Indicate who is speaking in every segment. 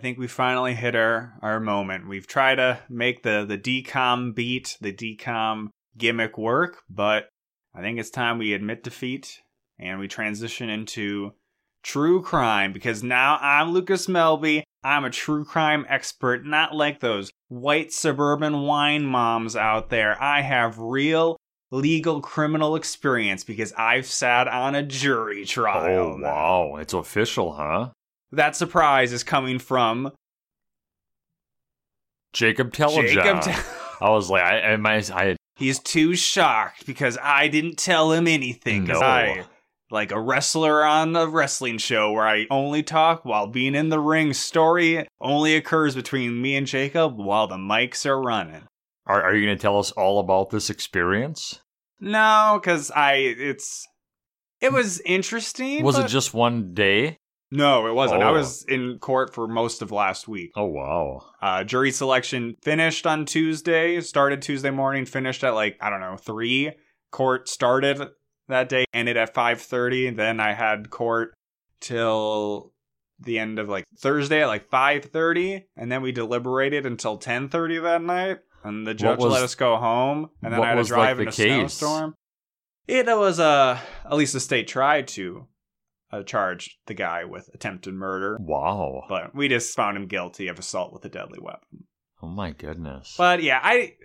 Speaker 1: think we finally hit our our moment. We've tried to make the the decom beat, the decom gimmick work, but I think it's time we admit defeat and we transition into true crime because now I'm Lucas Melby. I'm a true crime expert, not like those white suburban wine moms out there. I have real legal criminal experience because I've sat on a jury trial.
Speaker 2: Oh, wow. It's official, huh?
Speaker 1: That surprise is coming from
Speaker 2: Jacob Telejob.
Speaker 1: Jacob. Te-
Speaker 2: I was like, I, I, my, I
Speaker 1: He's too shocked because I didn't tell him anything. 'cause
Speaker 2: No.
Speaker 1: I, like a wrestler on a wrestling show where I only talk while being in the ring, story only occurs between me and Jacob while the mics are running.
Speaker 2: are, are you going to tell us all about this experience?
Speaker 1: No, because I it's it was interesting.
Speaker 2: Was it
Speaker 1: but-
Speaker 2: just one day?
Speaker 1: No, it wasn't. I
Speaker 2: Oh.
Speaker 1: was in court for most of last week.
Speaker 2: Oh, wow.
Speaker 1: Uh, jury selection finished on Tuesday, started Tuesday morning, finished at like I don't know three. Court started that day, ended at five thirty. Then I had court till the end of like Thursday at like five thirty, and then we deliberated until ten thirty that night. And the judge
Speaker 2: was-
Speaker 1: let us go home, and then
Speaker 2: what
Speaker 1: I had to
Speaker 2: was, like,
Speaker 1: drive
Speaker 2: the
Speaker 1: in a
Speaker 2: case?
Speaker 1: snowstorm. It was uh, at least the state tried to uh, charge the guy with attempted murder,
Speaker 2: Wow.
Speaker 1: but we just found him guilty of assault with a deadly weapon.
Speaker 2: Oh, my goodness.
Speaker 1: But yeah, I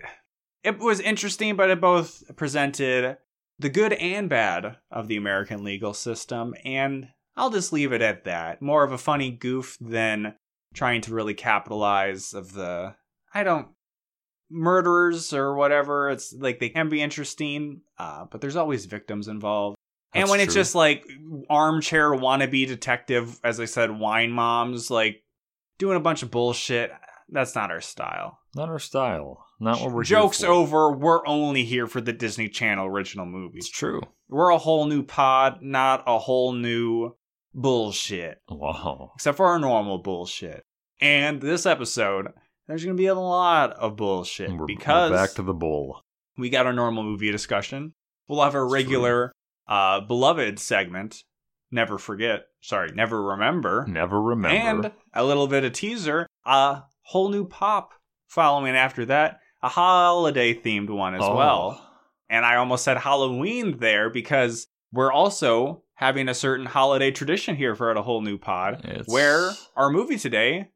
Speaker 1: it was interesting, but it both presented the good and bad of the American legal system, and I'll just leave it at that. More of a funny goof than trying to really capitalize of the I don't murderers or whatever. It's like they can be interesting, uh, but there's always victims involved. and
Speaker 2: That's
Speaker 1: when it's
Speaker 2: true.
Speaker 1: just like armchair wannabe detective, as I said, wine moms, like doing a bunch of bullshit, that's not our style
Speaker 2: Not our style. Not what we're here
Speaker 1: jokes
Speaker 2: for.
Speaker 1: over we're only here for the disney channel original
Speaker 2: It's
Speaker 1: movies
Speaker 2: true.
Speaker 1: we're a whole new pod not a whole new bullshit
Speaker 2: Wow.
Speaker 1: except for our normal bullshit and this episode there's gonna be a lot of bullshit
Speaker 2: We're- we're
Speaker 1: because
Speaker 2: back to the bull.
Speaker 1: we got our normal movie discussion we'll have our
Speaker 2: It's
Speaker 1: regular uh beloved segment never forget sorry never remember
Speaker 2: Never remember.
Speaker 1: and a little bit of teaser, a whole new pop following after that, a holiday themed one as
Speaker 2: Oh.
Speaker 1: well. And I almost said Halloween there because we're also having a certain holiday tradition here for a whole new pod
Speaker 2: It's-
Speaker 1: where our movie today,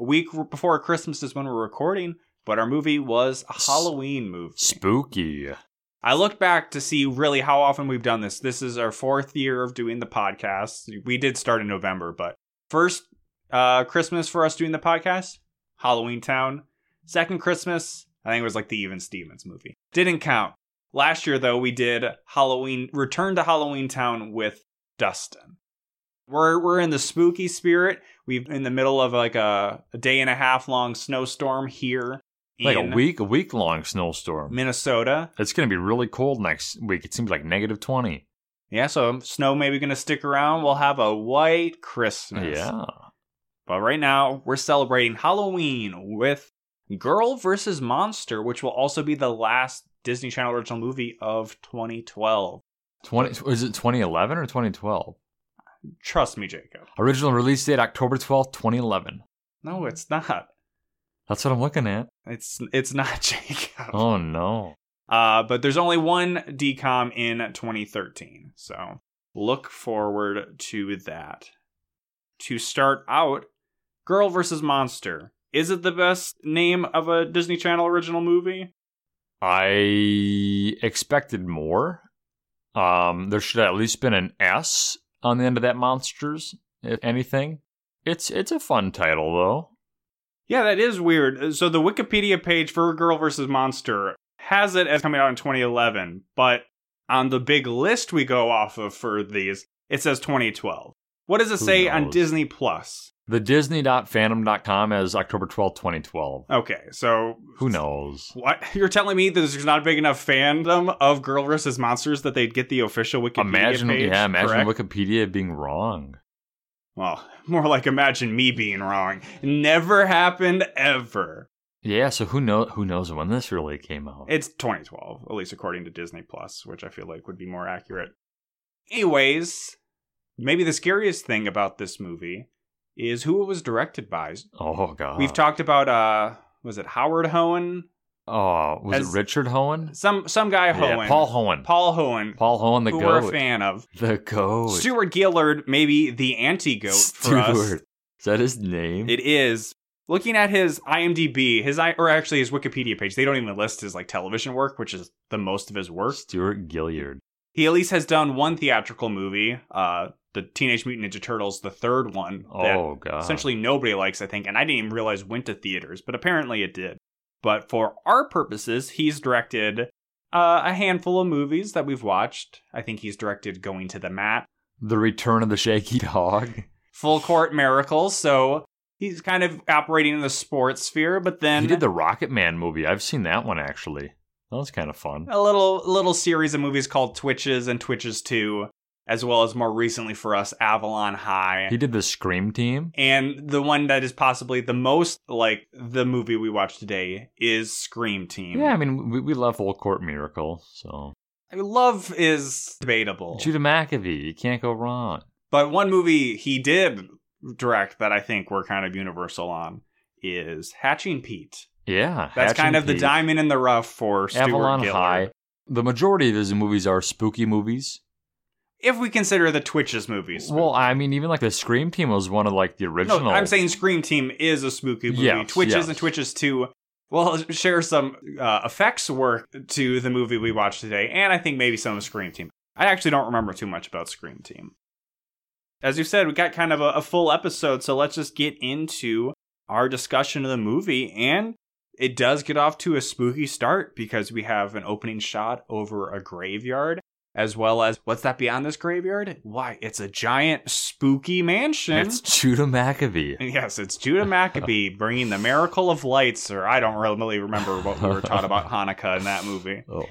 Speaker 1: a week before Christmas is when we're recording, but our movie was a
Speaker 2: S-
Speaker 1: Halloween movie.
Speaker 2: Spooky.
Speaker 1: I looked back to see really how often we've done this. This is our fourth year of doing the podcast. We did start in November, but first uh, Christmas for us doing the podcast, Halloween Town. Second Christmas, I think it was like the Even Stevens movie. Didn't count. Last year, though, we did Halloween, Return to Halloween Town with Dustin. We're, we're in the spooky spirit. We've in the middle of like a, a day and a half long snowstorm here
Speaker 2: Like
Speaker 1: in
Speaker 2: a week, a week long snowstorm.
Speaker 1: Minnesota.
Speaker 2: It's going to be really cold next week. It seems like negative 20.
Speaker 1: Yeah, so snow maybe gonna stick around. We'll have a white Christmas.
Speaker 2: Yeah.
Speaker 1: But right now we're celebrating Halloween with Girl versus Monster, which will also be the last Disney Channel original movie of 2012.
Speaker 2: 20, was it 2011 or 2012?
Speaker 1: Trust me, Jacob.
Speaker 2: Original release date October 12th, 2011.
Speaker 1: No, it's not.
Speaker 2: That's what I'm looking at.
Speaker 1: It's it's not Jacob.
Speaker 2: Oh no.
Speaker 1: Uh, but there's only one decom in 2013. So look forward to that. To start out, Girl versus Monster. Is it the best name of a Disney Channel original movie?
Speaker 2: I expected more. Um there should at least been an S on the end of that monsters if anything. It's it's a fun title though.
Speaker 1: Yeah, that is weird. So the Wikipedia page for Girl versus Monster has it as coming out in 2011, but on the big list we go off of for these, it says 2012. What does it
Speaker 2: Who
Speaker 1: say on
Speaker 2: knows?
Speaker 1: Disney Plus?
Speaker 2: The disney.fandom.com as October 12th, 2012.
Speaker 1: Okay, so
Speaker 2: Who knows?
Speaker 1: What you're telling me that there's not a big enough fandom of Girl vs. Monsters that they'd get the official Wikipedia
Speaker 2: imagine
Speaker 1: page?
Speaker 2: yeah, imagine
Speaker 1: correct?
Speaker 2: Wikipedia being wrong.
Speaker 1: well, more like imagine me being wrong. Never happened ever.
Speaker 2: Yeah, so who know who knows when this really came out?
Speaker 1: It's 2012, at least according to Disney Plus, which I feel like would be more accurate. Anyways, maybe the scariest thing about this movie is who it was directed by.
Speaker 2: Oh god.
Speaker 1: We've talked about uh was it Howard Hohen?
Speaker 2: Oh, was
Speaker 1: as-
Speaker 2: it Richard Hohen?
Speaker 1: Some some guy Hohen.
Speaker 2: Yeah, Paul Hohen.
Speaker 1: Paul Hohen,
Speaker 2: Paul Hohen, the
Speaker 1: who
Speaker 2: goat.
Speaker 1: we're a fan of.
Speaker 2: The goat.
Speaker 1: Stuart Gillard, maybe the anti-goat for us.
Speaker 2: Stuart. Is that his name?
Speaker 1: It is. Looking at his IMDb, his I or actually his Wikipedia page, they don't even list his like television work, which is the most of his work.
Speaker 2: Stuart Gilliard.
Speaker 1: He at least has done one theatrical movie, uh, the Teenage Mutant Ninja Turtles, the third one. that
Speaker 2: Oh god.
Speaker 1: essentially nobody likes, I think, and I didn't even realize went to theaters, but apparently it did. But for our purposes, he's directed uh, a handful of movies that we've watched. I think he's directed Going to the Mat,
Speaker 2: The Return of the Shaky Dog.
Speaker 1: Full Court Miracles, so he's kind of operating in the sports sphere, but then
Speaker 2: he did the Rocket Man movie. I've seen that one actually. That was kind of fun.
Speaker 1: a little little series of movies called Twitches and Twitches 2, as well as more recently for us, Avalon High.
Speaker 2: He did the Scream Team.
Speaker 1: and the one that is possibly the most like the movie we watched today is Scream Team.
Speaker 2: Yeah, I mean we, we love Full Court Miracle, so
Speaker 1: I mean, love is debatable.
Speaker 2: Judah McAfee, you can't go wrong.
Speaker 1: But one movie he did direct that I think we're kind of universal on is Hatching Pete.
Speaker 2: Yeah,
Speaker 1: That's
Speaker 2: Hatch
Speaker 1: kind
Speaker 2: and
Speaker 1: of the
Speaker 2: Pete.
Speaker 1: diamond in the rough for Stuart
Speaker 2: Avalon
Speaker 1: Gillard.
Speaker 2: High. The majority of his movies are spooky movies.
Speaker 1: If we consider the Twitches movies.
Speaker 2: Well, I mean, even like the Scream Team was one of like the original.
Speaker 1: No, I'm saying Scream Team is a spooky movie.
Speaker 2: Yes,
Speaker 1: Twitches
Speaker 2: yes.
Speaker 1: and Twitches 2 well share some uh, effects work to the movie we watched today, and I think maybe some of Scream Team. I actually don't remember too much about Scream Team. As you said, we got kind of a, a full episode, so let's just get into our discussion of the movie. And it does get off to a spooky start because we have an opening shot over a graveyard, as well as what's that beyond this graveyard? Why, it's a giant spooky mansion.
Speaker 2: it's Judah McAfee.
Speaker 1: Yes, it's Judah Maccabee bringing the miracle of lights, or I don't really remember what we were taught about Hanukkah in that movie.
Speaker 2: Oh,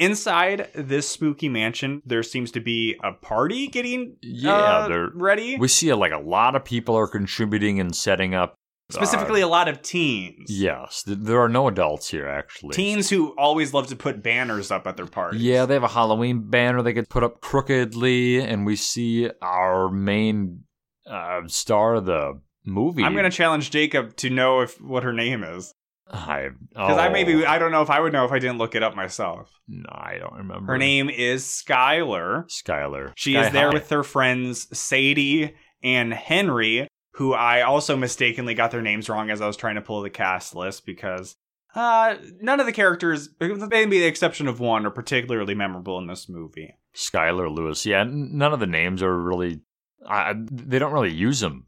Speaker 1: Inside this spooky mansion, there seems to be a party getting
Speaker 2: yeah.
Speaker 1: uh,
Speaker 2: there,
Speaker 1: ready.
Speaker 2: we see like a lot of people are contributing and setting up. uh,
Speaker 1: Specifically, a lot of teens.
Speaker 2: yes, th- there are no adults here actually.
Speaker 1: Teens who always love to put banners up at their parties.
Speaker 2: Yeah, they have a Halloween banner they could put up crookedly, and we see our main uh, star of the movie.
Speaker 1: I'm gonna challenge Jacob to know if what her name is
Speaker 2: I
Speaker 1: because I
Speaker 2: oh,
Speaker 1: maybe I don't know if I would know if I didn't look it up myself.
Speaker 2: no, I don't remember
Speaker 1: Her name is Skylar.
Speaker 2: Skylar.
Speaker 1: She
Speaker 2: Sky
Speaker 1: is there
Speaker 2: High.
Speaker 1: with her friends Sadie and Henry, who I also mistakenly got their names wrong as I was trying to pull the cast list because uh, none of the characters, maybe the exception of one, are particularly memorable in this movie.
Speaker 2: Skylar Lewis. Yeah, n- none of the names are really. I, they don't really use them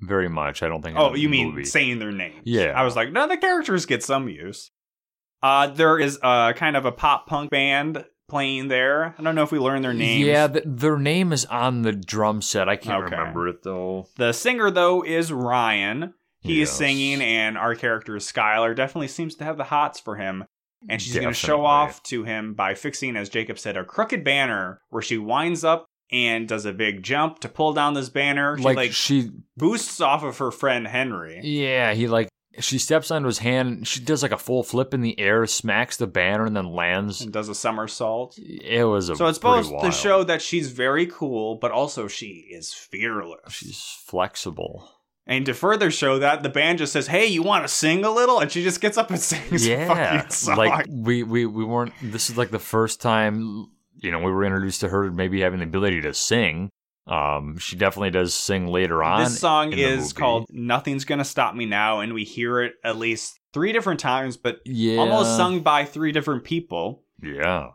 Speaker 2: very much. I don't think. in
Speaker 1: Oh,
Speaker 2: the
Speaker 1: you mean
Speaker 2: movie.
Speaker 1: saying their names?
Speaker 2: Yeah.
Speaker 1: I was like, no, the characters get some use. Uh, there is a kind of a pop punk band playing there. I don't know if we learned their names.
Speaker 2: Yeah, th- their name is on the drum set. I can't
Speaker 1: Okay.
Speaker 2: remember it though.
Speaker 1: The singer though is Ryan. He is
Speaker 2: Yes.
Speaker 1: singing, and our character Skylar definitely seems to have the hots for him. And she's going to show
Speaker 2: Definitely.
Speaker 1: off to him by fixing, as Jacob said, a crooked banner where she winds up and does a big jump to pull down this banner. She
Speaker 2: Like,
Speaker 1: like,
Speaker 2: she,
Speaker 1: boosts off of her friend Henry.
Speaker 2: yeah, he like she steps onto his hand. She does like a full flip in the air, smacks the banner, and then lands.
Speaker 1: And does a somersault.
Speaker 2: It was a
Speaker 1: So it's
Speaker 2: pretty
Speaker 1: both to
Speaker 2: wild.
Speaker 1: show that she's very cool, but also she is fearless.
Speaker 2: she's flexible.
Speaker 1: And to further show that, the band just says, "Hey, you want to sing a little?" And she just gets up and sings. a
Speaker 2: yeah,
Speaker 1: fucking song.
Speaker 2: like we we we weren't. This is like the first time you know we were introduced to her maybe having the ability to sing. Um, she definitely does sing later on.
Speaker 1: This song
Speaker 2: in the
Speaker 1: is
Speaker 2: movie.
Speaker 1: called "Nothing's Gonna Stop Me Now," and we hear it at least three different times, but
Speaker 2: yeah,
Speaker 1: almost sung by three different people.
Speaker 2: Yeah,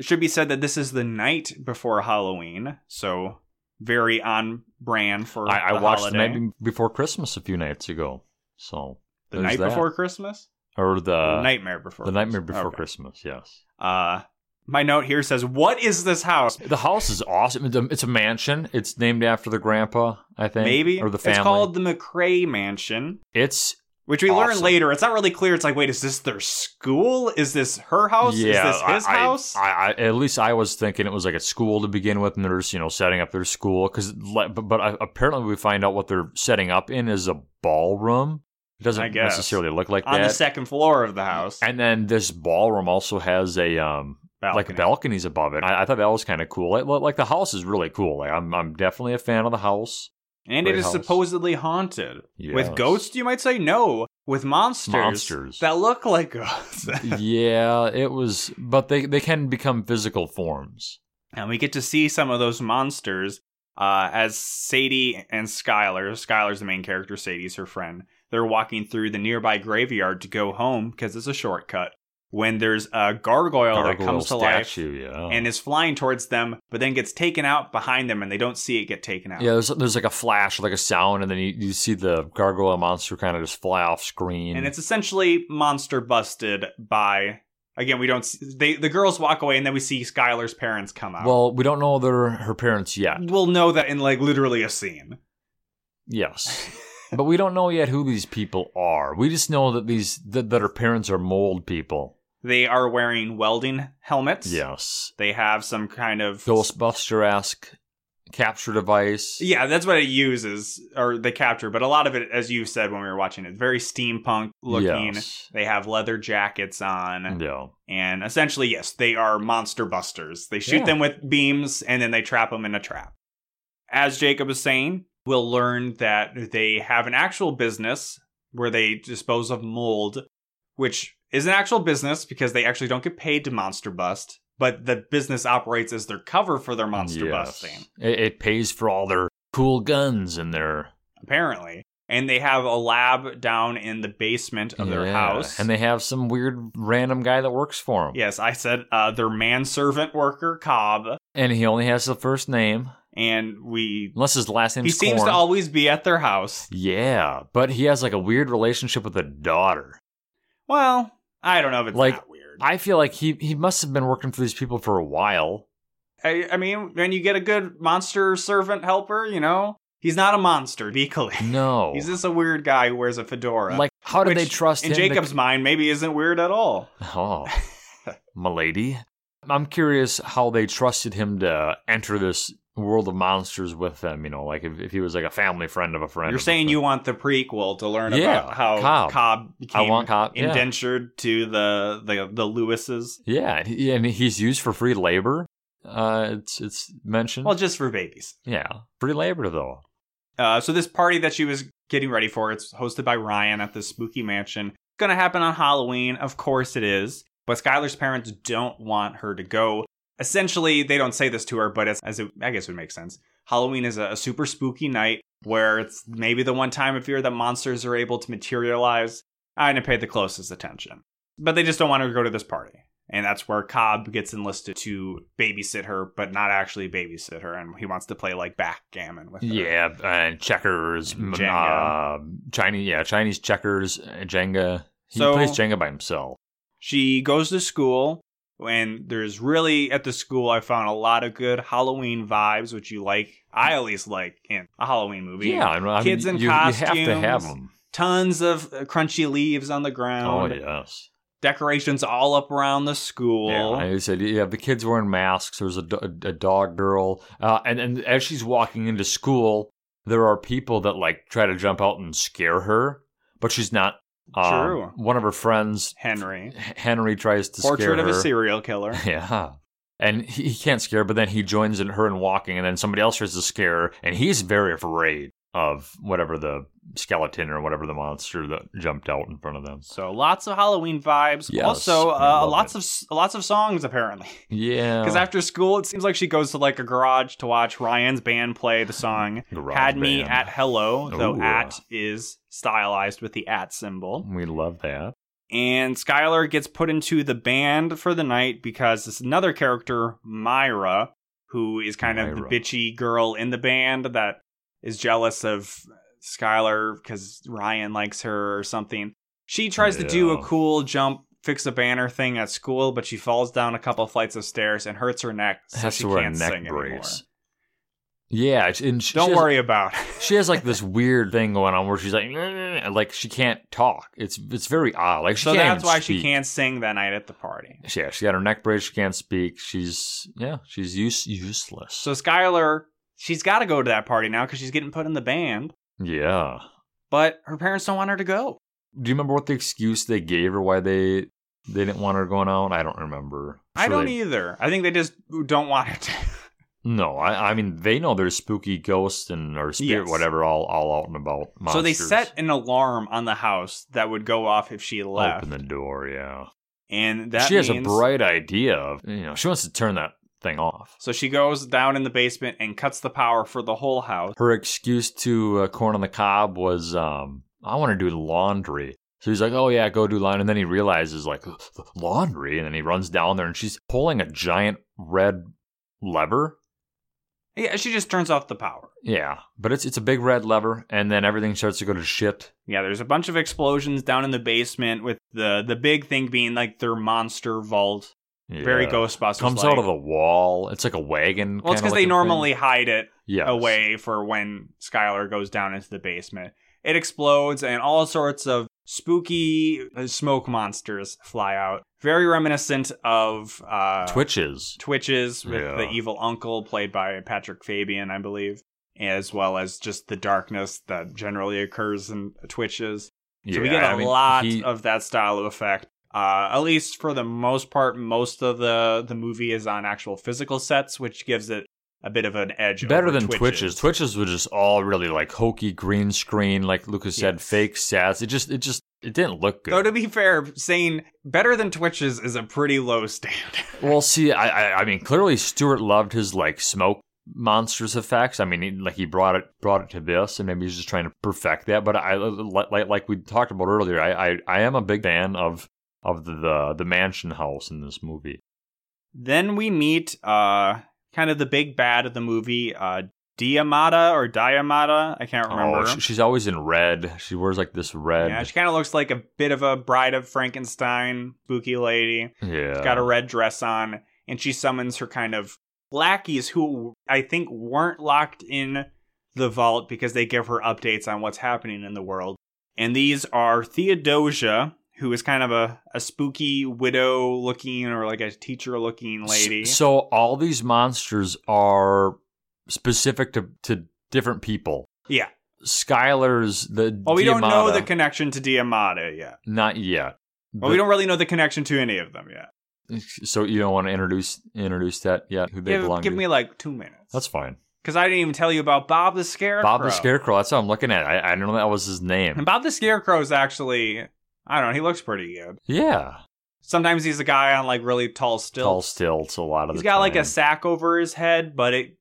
Speaker 1: It should be said that this is the night before Halloween, so very on brand for.
Speaker 2: I, I
Speaker 1: the
Speaker 2: watched
Speaker 1: holiday.
Speaker 2: the night Be- before Christmas a few nights ago. So
Speaker 1: the
Speaker 2: there's
Speaker 1: night
Speaker 2: that.
Speaker 1: before Christmas,
Speaker 2: or the,
Speaker 1: Or nightmare before
Speaker 2: the nightmare
Speaker 1: Christmas?
Speaker 2: before
Speaker 1: Okay.
Speaker 2: Christmas. Yes,
Speaker 1: Uh, my note here says, "What is this house?"
Speaker 2: the house is awesome. It's a, it's a mansion. It's named after the grandpa, I think,
Speaker 1: Maybe
Speaker 2: or the family.
Speaker 1: It's called the McRae Mansion.
Speaker 2: It's
Speaker 1: Which we learn
Speaker 2: Awesome.
Speaker 1: later. It's not really clear. It's like, wait, is this their school? Is this her house?
Speaker 2: Yeah,
Speaker 1: is this his
Speaker 2: I, I-
Speaker 1: house?
Speaker 2: I, I, at least I was thinking it was like a school to begin with, and they're just you know setting up their school because, but, but I, apparently we find out what they're setting up in is a ballroom.
Speaker 1: I
Speaker 2: It doesn't
Speaker 1: guess.
Speaker 2: necessarily look like
Speaker 1: on
Speaker 2: that.
Speaker 1: the second floor of the house.
Speaker 2: and then this ballroom also has a um like balconies above it. I, I thought that was kind of cool. Like, like the house is really cool. Like I'm I'm definitely a fan of the house.
Speaker 1: And it
Speaker 2: Great
Speaker 1: is
Speaker 2: house.
Speaker 1: supposedly haunted. With
Speaker 2: Yes.
Speaker 1: ghosts, you might say? No. With monsters,
Speaker 2: Monsters.
Speaker 1: that look like ghosts.
Speaker 2: yeah, it was, but they they can become physical forms.
Speaker 1: and we get to see some of those monsters uh, as Sadie and Skylar, Skylar's the main character, Sadie's her friend, they're walking through the nearby graveyard to go home because it's a shortcut. When there's a gargoyle, that
Speaker 2: Gargoyle
Speaker 1: comes to life
Speaker 2: statue, yeah.
Speaker 1: and is flying towards them, but then gets taken out behind them and they don't see it get taken out.
Speaker 2: yeah, there's, there's like a flash, like a sound, and then you, you see the gargoyle monster kind of just fly off screen.
Speaker 1: and it's essentially monster busted by again we don't s they the girls walk away and then we see skylar's parents come out
Speaker 2: well, we don't know their her parents yet.
Speaker 1: we'll know that in like literally a scene
Speaker 2: Yes. but we don't know yet who these people are. We just know that these that, that her parents are mold people.
Speaker 1: they are wearing welding helmets
Speaker 2: Yes.
Speaker 1: they have some kind of
Speaker 2: Ghostbuster esque capture device.
Speaker 1: yeah that's what it uses or the capture but a lot of it as you said when we were watching it very steampunk looking
Speaker 2: Yes.
Speaker 1: they have leather jackets on
Speaker 2: Yeah.
Speaker 1: and essentially yes they are monster busters they shoot
Speaker 2: Yeah.
Speaker 1: them with beams and then they trap them in a trap as jacob is saying we'll learn that they have an actual business where they dispose of mold which is an actual business because they actually don't get paid to monster bust but the business operates as their cover for their monster
Speaker 2: Yes.
Speaker 1: busting
Speaker 2: It, it pays for all their cool guns and their
Speaker 1: apparently and they have a lab down in the basement of their
Speaker 2: Yeah.
Speaker 1: house
Speaker 2: And they have some weird random guy that works for them.
Speaker 1: yes i said uh, their manservant worker cobb
Speaker 2: And he only has the first name,
Speaker 1: and we
Speaker 2: unless his last name's
Speaker 1: He seems
Speaker 2: Korn.
Speaker 1: to always be at their house.
Speaker 2: Yeah, but he has like a weird relationship with a daughter.
Speaker 1: Well, I don't know if it's
Speaker 2: Like-
Speaker 1: that weird.
Speaker 2: I feel like he he must have been working for these people for a while.
Speaker 1: I, I mean, when you get a good monster servant helper, you know, he's not a monster, be clear.
Speaker 2: No.
Speaker 1: He's just a weird guy who wears a fedora.
Speaker 2: Like, how do they
Speaker 1: Which,
Speaker 2: trust
Speaker 1: in
Speaker 2: him? to-
Speaker 1: Jacob's mind, maybe isn't weird at all.
Speaker 2: oh, milady. I'm curious how they trusted him to enter this world of monsters with them. You know, like if, if he was like a family friend of a friend.
Speaker 1: You're
Speaker 2: of a
Speaker 1: saying
Speaker 2: friend.
Speaker 1: you want the prequel to learn
Speaker 2: Yeah,
Speaker 1: about how Cobb,
Speaker 2: Cobb. I
Speaker 1: became
Speaker 2: want cop. Yeah.
Speaker 1: indentured to the, the the Lewises.
Speaker 2: yeah, and he- and he's used for free labor. Uh, it's it's mentioned.
Speaker 1: Well, just for babies.
Speaker 2: yeah, free labor though.
Speaker 1: Uh, so this party that she was getting ready for, it's hosted by Ryan at the Spooky Mansion. It's gonna happen on Halloween, of course it is. But Skylar's parents don't want her to go. Essentially, they don't say this to her, but it's as it, I guess it would make sense. Halloween is a, a super spooky night where it's maybe the one time of year that monsters are able to materialize. I didn't pay the closest attention, but they just don't want her to go to this party. And that's where Cobb gets enlisted to babysit her, but not actually babysit her. And he wants to play like backgammon with her.
Speaker 2: Yeah, and checkers, m-
Speaker 1: Jenga.
Speaker 2: uh, Chinese, yeah, Chinese checkers, uh, Jenga. He
Speaker 1: So-
Speaker 2: plays Jenga by himself.
Speaker 1: She goes to school, and there's really at the school I found a lot of good Halloween vibes, which you like. I always like in a Halloween movie.
Speaker 2: yeah, I mean,
Speaker 1: kids in
Speaker 2: you, you have to have
Speaker 1: costumes.
Speaker 2: them.
Speaker 1: Tons of uh, crunchy leaves on the
Speaker 2: Oh
Speaker 1: ground,
Speaker 2: yes,
Speaker 1: decorations all up around the school.
Speaker 2: yeah. Like I said, yeah, the kids wearing masks. There's a, do- a dog girl, uh, and and as she's walking into school, there are people that like try to jump out and scare her, but she's not. Um,
Speaker 1: True.
Speaker 2: One of her friends,
Speaker 1: Henry,
Speaker 2: Henry, tries to scare
Speaker 1: portrait of
Speaker 2: her.
Speaker 1: a serial killer.
Speaker 2: Yeah. And he, he can't scare her, but then he joins in her in walking, and then somebody else tries to scare her, and he's very afraid of whatever the skeleton or whatever the monster that jumped out in front of them.
Speaker 1: So lots of Halloween vibes.
Speaker 2: Yes,
Speaker 1: also,
Speaker 2: I
Speaker 1: uh,
Speaker 2: love
Speaker 1: lots
Speaker 2: it.
Speaker 1: of s- lots of songs apparently.
Speaker 2: Yeah.
Speaker 1: Because after school, it seems like she goes to like a garage to watch Ryan's band play the song.
Speaker 2: Garage
Speaker 1: had me
Speaker 2: band.
Speaker 1: at hello, though
Speaker 2: Ooh.
Speaker 1: at is stylized with the at symbol.
Speaker 2: We love that.
Speaker 1: And Skylar gets put into the band for the night because it's another character, Myra, who is kind of the
Speaker 2: Myra.
Speaker 1: bitchy girl in the band that is jealous of Skylar because Ryan likes her or something. She tries to do a
Speaker 2: Yeah.
Speaker 1: cool jump, fix a banner thing at school, but she falls down a couple flights of stairs and hurts her neck, so
Speaker 2: Has
Speaker 1: she
Speaker 2: to wear a
Speaker 1: can't
Speaker 2: neck
Speaker 1: sing anymore.
Speaker 2: brace. Yeah. it's- And she,
Speaker 1: Don't
Speaker 2: she has-
Speaker 1: worry about it.
Speaker 2: she has like this weird thing going on where she's like, "Mm," like she can't talk. It's it's very odd. Like she
Speaker 1: So
Speaker 2: can't
Speaker 1: that's
Speaker 2: even
Speaker 1: why she
Speaker 2: speak.
Speaker 1: can't sing that night at the party.
Speaker 2: Yeah, she got her neck brace. She can't speak. She's yeah, she's use, useless.
Speaker 1: So Skylar, she's got to go to that party now because she's getting put in the band,
Speaker 2: yeah.
Speaker 1: but her parents don't want her to go.
Speaker 2: Do you remember what the excuse they gave or why they they didn't want her going out? I don't remember.
Speaker 1: I
Speaker 2: Sure
Speaker 1: don't e-,
Speaker 2: they-
Speaker 1: either. I think they just don't want her to.
Speaker 2: No, I, I mean they know there's spooky ghosts and or spirit
Speaker 1: Yes.
Speaker 2: whatever all all out and about. Monsters.
Speaker 1: So they set an alarm on the house that would go off if she left,
Speaker 2: open the door. Yeah,
Speaker 1: and that
Speaker 2: she has a
Speaker 1: means-
Speaker 2: bright idea of you know she wants to turn that thing off.
Speaker 1: So she goes down in the basement and cuts the power for the whole house.
Speaker 2: Her excuse to uh, corn on the cob was um I want to do laundry. So he's like, oh yeah, go do laundry. And then he realizes like laundry, and then he runs down there and she's pulling a giant red lever.
Speaker 1: Yeah, she just turns off the power.
Speaker 2: Yeah, but it's it's a big red lever, and then everything starts to go to shit.
Speaker 1: Yeah, there's a bunch of explosions down in the basement with the the big thing being like their monster vault. Very
Speaker 2: Yeah.
Speaker 1: Ghostbusters.
Speaker 2: comes out of the wall. It's like a wagon.
Speaker 1: Well, it's
Speaker 2: kinda
Speaker 1: because they
Speaker 2: looking
Speaker 1: normally
Speaker 2: thing.
Speaker 1: hide it
Speaker 2: Yes.
Speaker 1: away for when Skylar goes down into the basement. It explodes and all sorts of spooky uh, smoke monsters fly out. Very reminiscent of uh,
Speaker 2: twitches.
Speaker 1: Twitches with
Speaker 2: Yeah.
Speaker 1: the evil uncle played by Patrick Fabian, I believe, as well as just the darkness that generally occurs in Twitches. So we
Speaker 2: Yeah,
Speaker 1: get a
Speaker 2: I mean,
Speaker 1: lot
Speaker 2: he-
Speaker 1: of that style of effect. Uh, at least for the most part, most of the the movie is on actual physical sets, which gives it a bit of an edge.
Speaker 2: better
Speaker 1: over
Speaker 2: than twitches. Twitches were just all really like hokey green screen, like Lucas said,
Speaker 1: Yes.
Speaker 2: fake stats. It just it just it didn't look
Speaker 1: Though
Speaker 2: good.
Speaker 1: to be fair, saying better than Twitches is a pretty low standard.
Speaker 2: well, see, I, I I mean clearly Stewart loved his like smoke monsters effects. I mean, he, like he brought it brought it to this, and maybe he's just trying to perfect that. But I like like, like we talked about earlier, I, I I am a big fan of of the the, the mansion house in this movie.
Speaker 1: Then we meet uh kind of the big bad of the movie, uh Diamata or Diamata, I can't remember.
Speaker 2: Oh, she, she's always in red. She wears like this red.
Speaker 1: yeah, she kind of looks like a bit of a bride of Frankenstein, spooky lady.
Speaker 2: Yeah.
Speaker 1: She's got a red dress on, and she summons her kind of lackeys who I think weren't locked in the vault because they give her updates on what's happening in the world. And these are Theodosia, who is kind of a, a spooky widow looking or like a teacher looking lady.
Speaker 2: S- So all these monsters are specific to, to different people.
Speaker 1: Yeah.
Speaker 2: Skylar's the
Speaker 1: Well, we don't know
Speaker 2: Diamata-
Speaker 1: the connection to Diamata yet.
Speaker 2: not yet.
Speaker 1: Well, we don't really know the connection to any of them yet.
Speaker 2: But- so you don't want to introduce introduce that yet who they
Speaker 1: Give,
Speaker 2: belong
Speaker 1: give
Speaker 2: to.
Speaker 1: me like two minutes.
Speaker 2: That's fine.
Speaker 1: because I didn't even tell you about Bob the Scarecrow.
Speaker 2: Bob the Scarecrow, that's what I'm looking at. I, I didn't know that was his
Speaker 1: And
Speaker 2: name.
Speaker 1: Bob the Scarecrow is actually, I don't know, he looks pretty good.
Speaker 2: Yeah.
Speaker 1: Sometimes he's a guy on like really tall
Speaker 2: Tall
Speaker 1: stilts.
Speaker 2: stilts a lot of
Speaker 1: He's
Speaker 2: the
Speaker 1: got like a
Speaker 2: time.
Speaker 1: sack over his head, but it,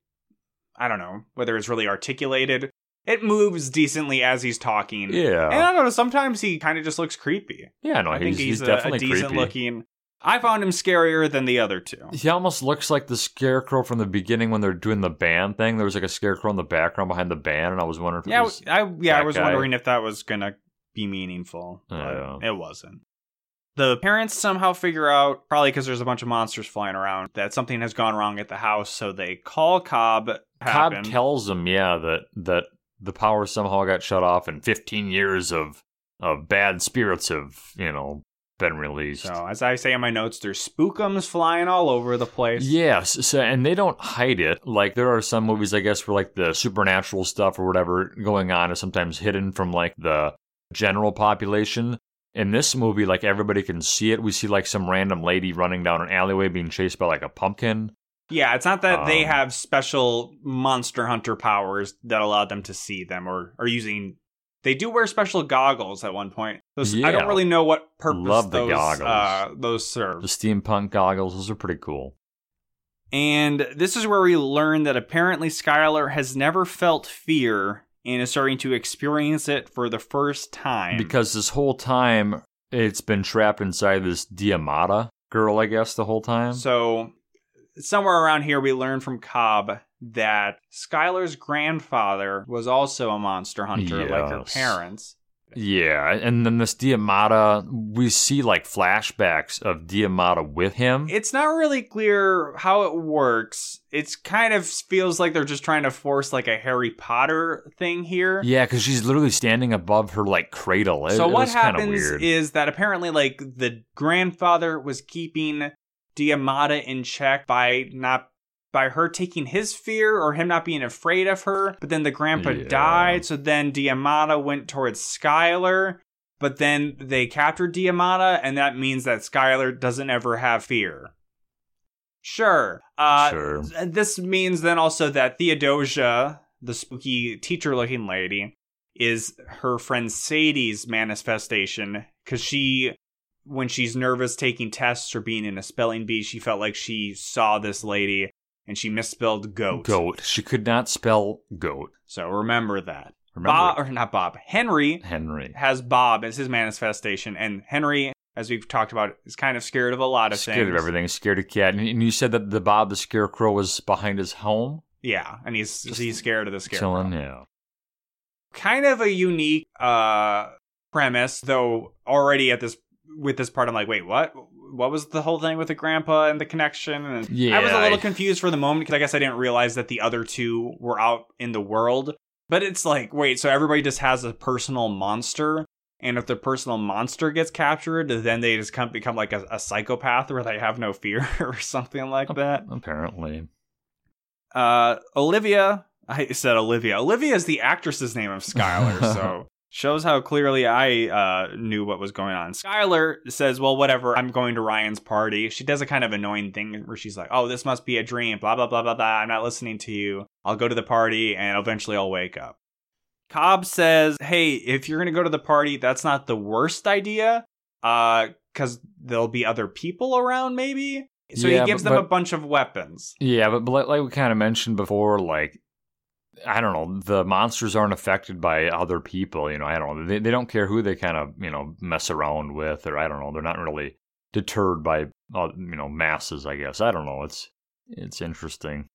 Speaker 1: I don't know whether it's really articulated. It moves decently as he's talking. And
Speaker 2: Yeah.
Speaker 1: I don't know, sometimes he kind of just looks creepy.
Speaker 2: Yeah, no,
Speaker 1: I think
Speaker 2: he's,
Speaker 1: he's, a,
Speaker 2: definitely
Speaker 1: a decent
Speaker 2: creepy.
Speaker 1: looking. I found him scarier than the other two.
Speaker 2: He almost looks like the scarecrow from the beginning when they're doing the band thing. There was like a scarecrow in the background behind the band, and I was wondering if it
Speaker 1: Yeah,
Speaker 2: was
Speaker 1: I yeah, I
Speaker 2: that
Speaker 1: was
Speaker 2: guy. Oh,
Speaker 1: wondering if that was gonna be meaningful. but
Speaker 2: Yeah.
Speaker 1: It wasn't. The parents somehow figure out, probably because there's a bunch of monsters flying around, that something has gone wrong at the house. So they call Cobb.
Speaker 2: Cobb
Speaker 1: Happen.
Speaker 2: tells him, yeah, that that the power somehow got shut off, and 15 years of of bad spirits have you know been released.
Speaker 1: so as I say in my notes, there's spookums flying all over the place.
Speaker 2: Yes, so and they don't hide it. Like there are some movies, I guess, where like the supernatural stuff or whatever going on is sometimes hidden from like the general population. In this movie, like everybody can see it. We see like some random lady running down an alleyway being chased by like a pumpkin.
Speaker 1: Yeah, it's not that they
Speaker 2: Um,
Speaker 1: have special monster hunter powers that allow them to see them or are using. They do wear special goggles at one point. Those, I
Speaker 2: Yeah.
Speaker 1: don't really know what purpose
Speaker 2: Love the
Speaker 1: those
Speaker 2: goggles.
Speaker 1: Uh, those serve.
Speaker 2: The steampunk goggles, those are pretty cool.
Speaker 1: And this is where we learn that apparently Skylar has never felt fear and is starting to experience it for the first time.
Speaker 2: Because this whole time, it's been trapped inside this Diamata girl, I guess, the whole time.
Speaker 1: so somewhere around here we learn from Cobb that Skylar's grandfather was also a monster hunter like her
Speaker 2: Yes.
Speaker 1: parents.
Speaker 2: yeah, and then this Diamata, we see like flashbacks of Diamata with him.
Speaker 1: It's not really clear how it works. It's kind of feels like they're just trying to force like a Harry Potter thing here.
Speaker 2: yeah, because she's literally standing above her like cradle. It,
Speaker 1: so
Speaker 2: it
Speaker 1: what
Speaker 2: was kinda
Speaker 1: happens
Speaker 2: weird.
Speaker 1: is that apparently like the grandfather was keeping Diamata in check by not by her taking his fear or him not being afraid of her, but then the grandpa
Speaker 2: Yeah.
Speaker 1: died, so then Diamata went towards Skylar, but then they captured Diamata, and that means that Skylar doesn't ever have fear. Sure. Uh,
Speaker 2: sure.
Speaker 1: And This means then also that Theodosia, the spooky teacher looking lady, is her friend Sadie's manifestation because she, when she's nervous taking tests or being in a spelling bee, she felt like she saw this lady and she misspelled goat.
Speaker 2: Goat. She could not spell goat.
Speaker 1: So remember that.
Speaker 2: Remember
Speaker 1: Bob, or not Bob, Henry
Speaker 2: Henry.
Speaker 1: has Bob as his manifestation, and Henry, as we've talked about, is kind of scared of a lot of
Speaker 2: Scared
Speaker 1: things.
Speaker 2: of everything. Scared of cat. And- And you said that the Bob the Scarecrow was behind his home,
Speaker 1: Yeah, and he's
Speaker 2: Just
Speaker 1: he's scared of the scarecrow.
Speaker 2: chilling. Yeah.
Speaker 1: kind of a unique uh premise though already at this with this part i'm like wait what what was the whole thing with the grandpa and the connection and i was a
Speaker 2: Yeah,
Speaker 1: little
Speaker 2: I-
Speaker 1: confused for the moment because i guess i didn't realize that the other two were out in the world but it's like wait so everybody just has a personal monster and if the personal monster gets captured then they just come, become like a, a psychopath where they have no fear or something like that
Speaker 2: Apparently.
Speaker 1: uh, Olivia. I said Olivia. Olivia is the actress's name of Skylar, so shows how clearly I uh, knew what was going on. Skylar says, "Well, whatever. I'm going to Ryan's party." She does a kind of annoying thing where she's like, "Oh, this must be a dream. Blah blah blah blah blah. I'm not listening to you. I'll go to the party, and eventually I'll wake up." Cobb says, "Hey, if you're gonna go to the party, that's not the worst idea, because there'll be other people around, maybe." So
Speaker 2: Yeah,
Speaker 1: he gives
Speaker 2: but-
Speaker 1: them a
Speaker 2: but-
Speaker 1: bunch of weapons.
Speaker 2: Yeah, but, but like, like we kind of mentioned before, like I don't know, the monsters aren't affected by other people. You know, I don't know. They they don't care who they kind of you know mess around with, or I don't know. They're not really deterred by uh, you know masses. I guess I don't know. It's it's interesting.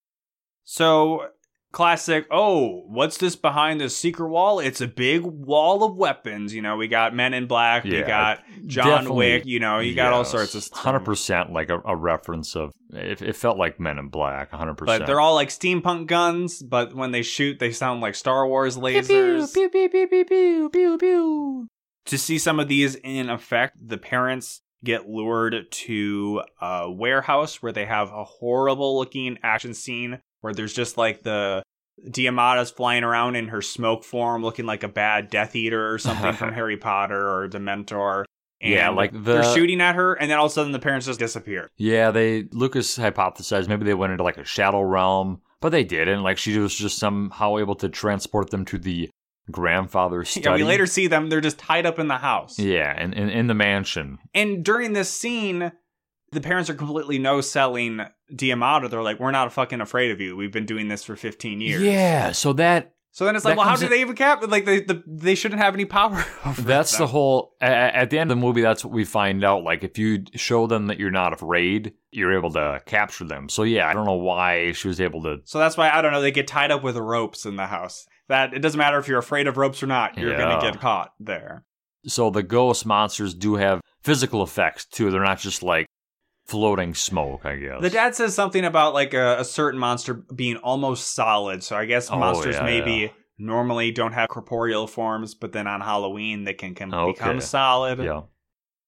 Speaker 1: So classic, oh, what's this behind this secret wall? It's a big wall of weapons. You know, we got Men in Black, we
Speaker 2: Yeah,
Speaker 1: got John
Speaker 2: definitely.
Speaker 1: Wick, you know, Oh, you got all sorts of stuff.
Speaker 2: hundred percent like a, a reference of it, it felt like Men in Black. Hundred percent.
Speaker 1: But they're all like steampunk guns, but when they shoot, they sound like Star Wars lasers.
Speaker 2: pew pew pew pew pew pew pew.
Speaker 1: to see some of these in effect, the parents get lured to a warehouse where they have a horrible looking action scene where there's just like the Diamata's flying around in her smoke form looking like a bad Death Eater or something from Harry Potter or Dementor. And
Speaker 2: Yeah, like
Speaker 1: they're
Speaker 2: the-
Speaker 1: shooting at her, and then all of a sudden the parents just disappear.
Speaker 2: Yeah, they Lucas hypothesized maybe they went into like a shadow realm, but they didn't. Like she was just somehow able to transport them to the grandfather's study.
Speaker 1: Yeah, we later see them; they're just tied up in the house.
Speaker 2: Yeah, and in, in the mansion.
Speaker 1: And during this scene, the parents are completely no selling Diamata. They're like, "We're not fucking afraid of you. We've been doing this for 15 years."
Speaker 2: Yeah, so that
Speaker 1: So then it's like,
Speaker 2: That
Speaker 1: well, how
Speaker 2: comes
Speaker 1: do
Speaker 2: in-
Speaker 1: they even cap? Like they the, they shouldn't have any power. Over
Speaker 2: that's
Speaker 1: them.
Speaker 2: the whole a- a- at the end of the movie that's what we find out like if you show them that you're not afraid, you're able to capture them. So yeah, I don't know why she was able to
Speaker 1: So that's why I don't know. They get tied up with ropes in the house. That it doesn't matter if you're afraid of ropes or not. You're gonna
Speaker 2: Yeah.
Speaker 1: get caught there.
Speaker 2: so the ghost monsters do have physical effects too. They're not just like floating smoke, I guess.
Speaker 1: The dad says something about like a, a certain monster being almost solid. So I guess
Speaker 2: Oh,
Speaker 1: monsters
Speaker 2: yeah,
Speaker 1: maybe
Speaker 2: yeah.
Speaker 1: normally don't have corporeal forms, but then on Halloween they can, can
Speaker 2: Okay.
Speaker 1: become solid.
Speaker 2: yeah.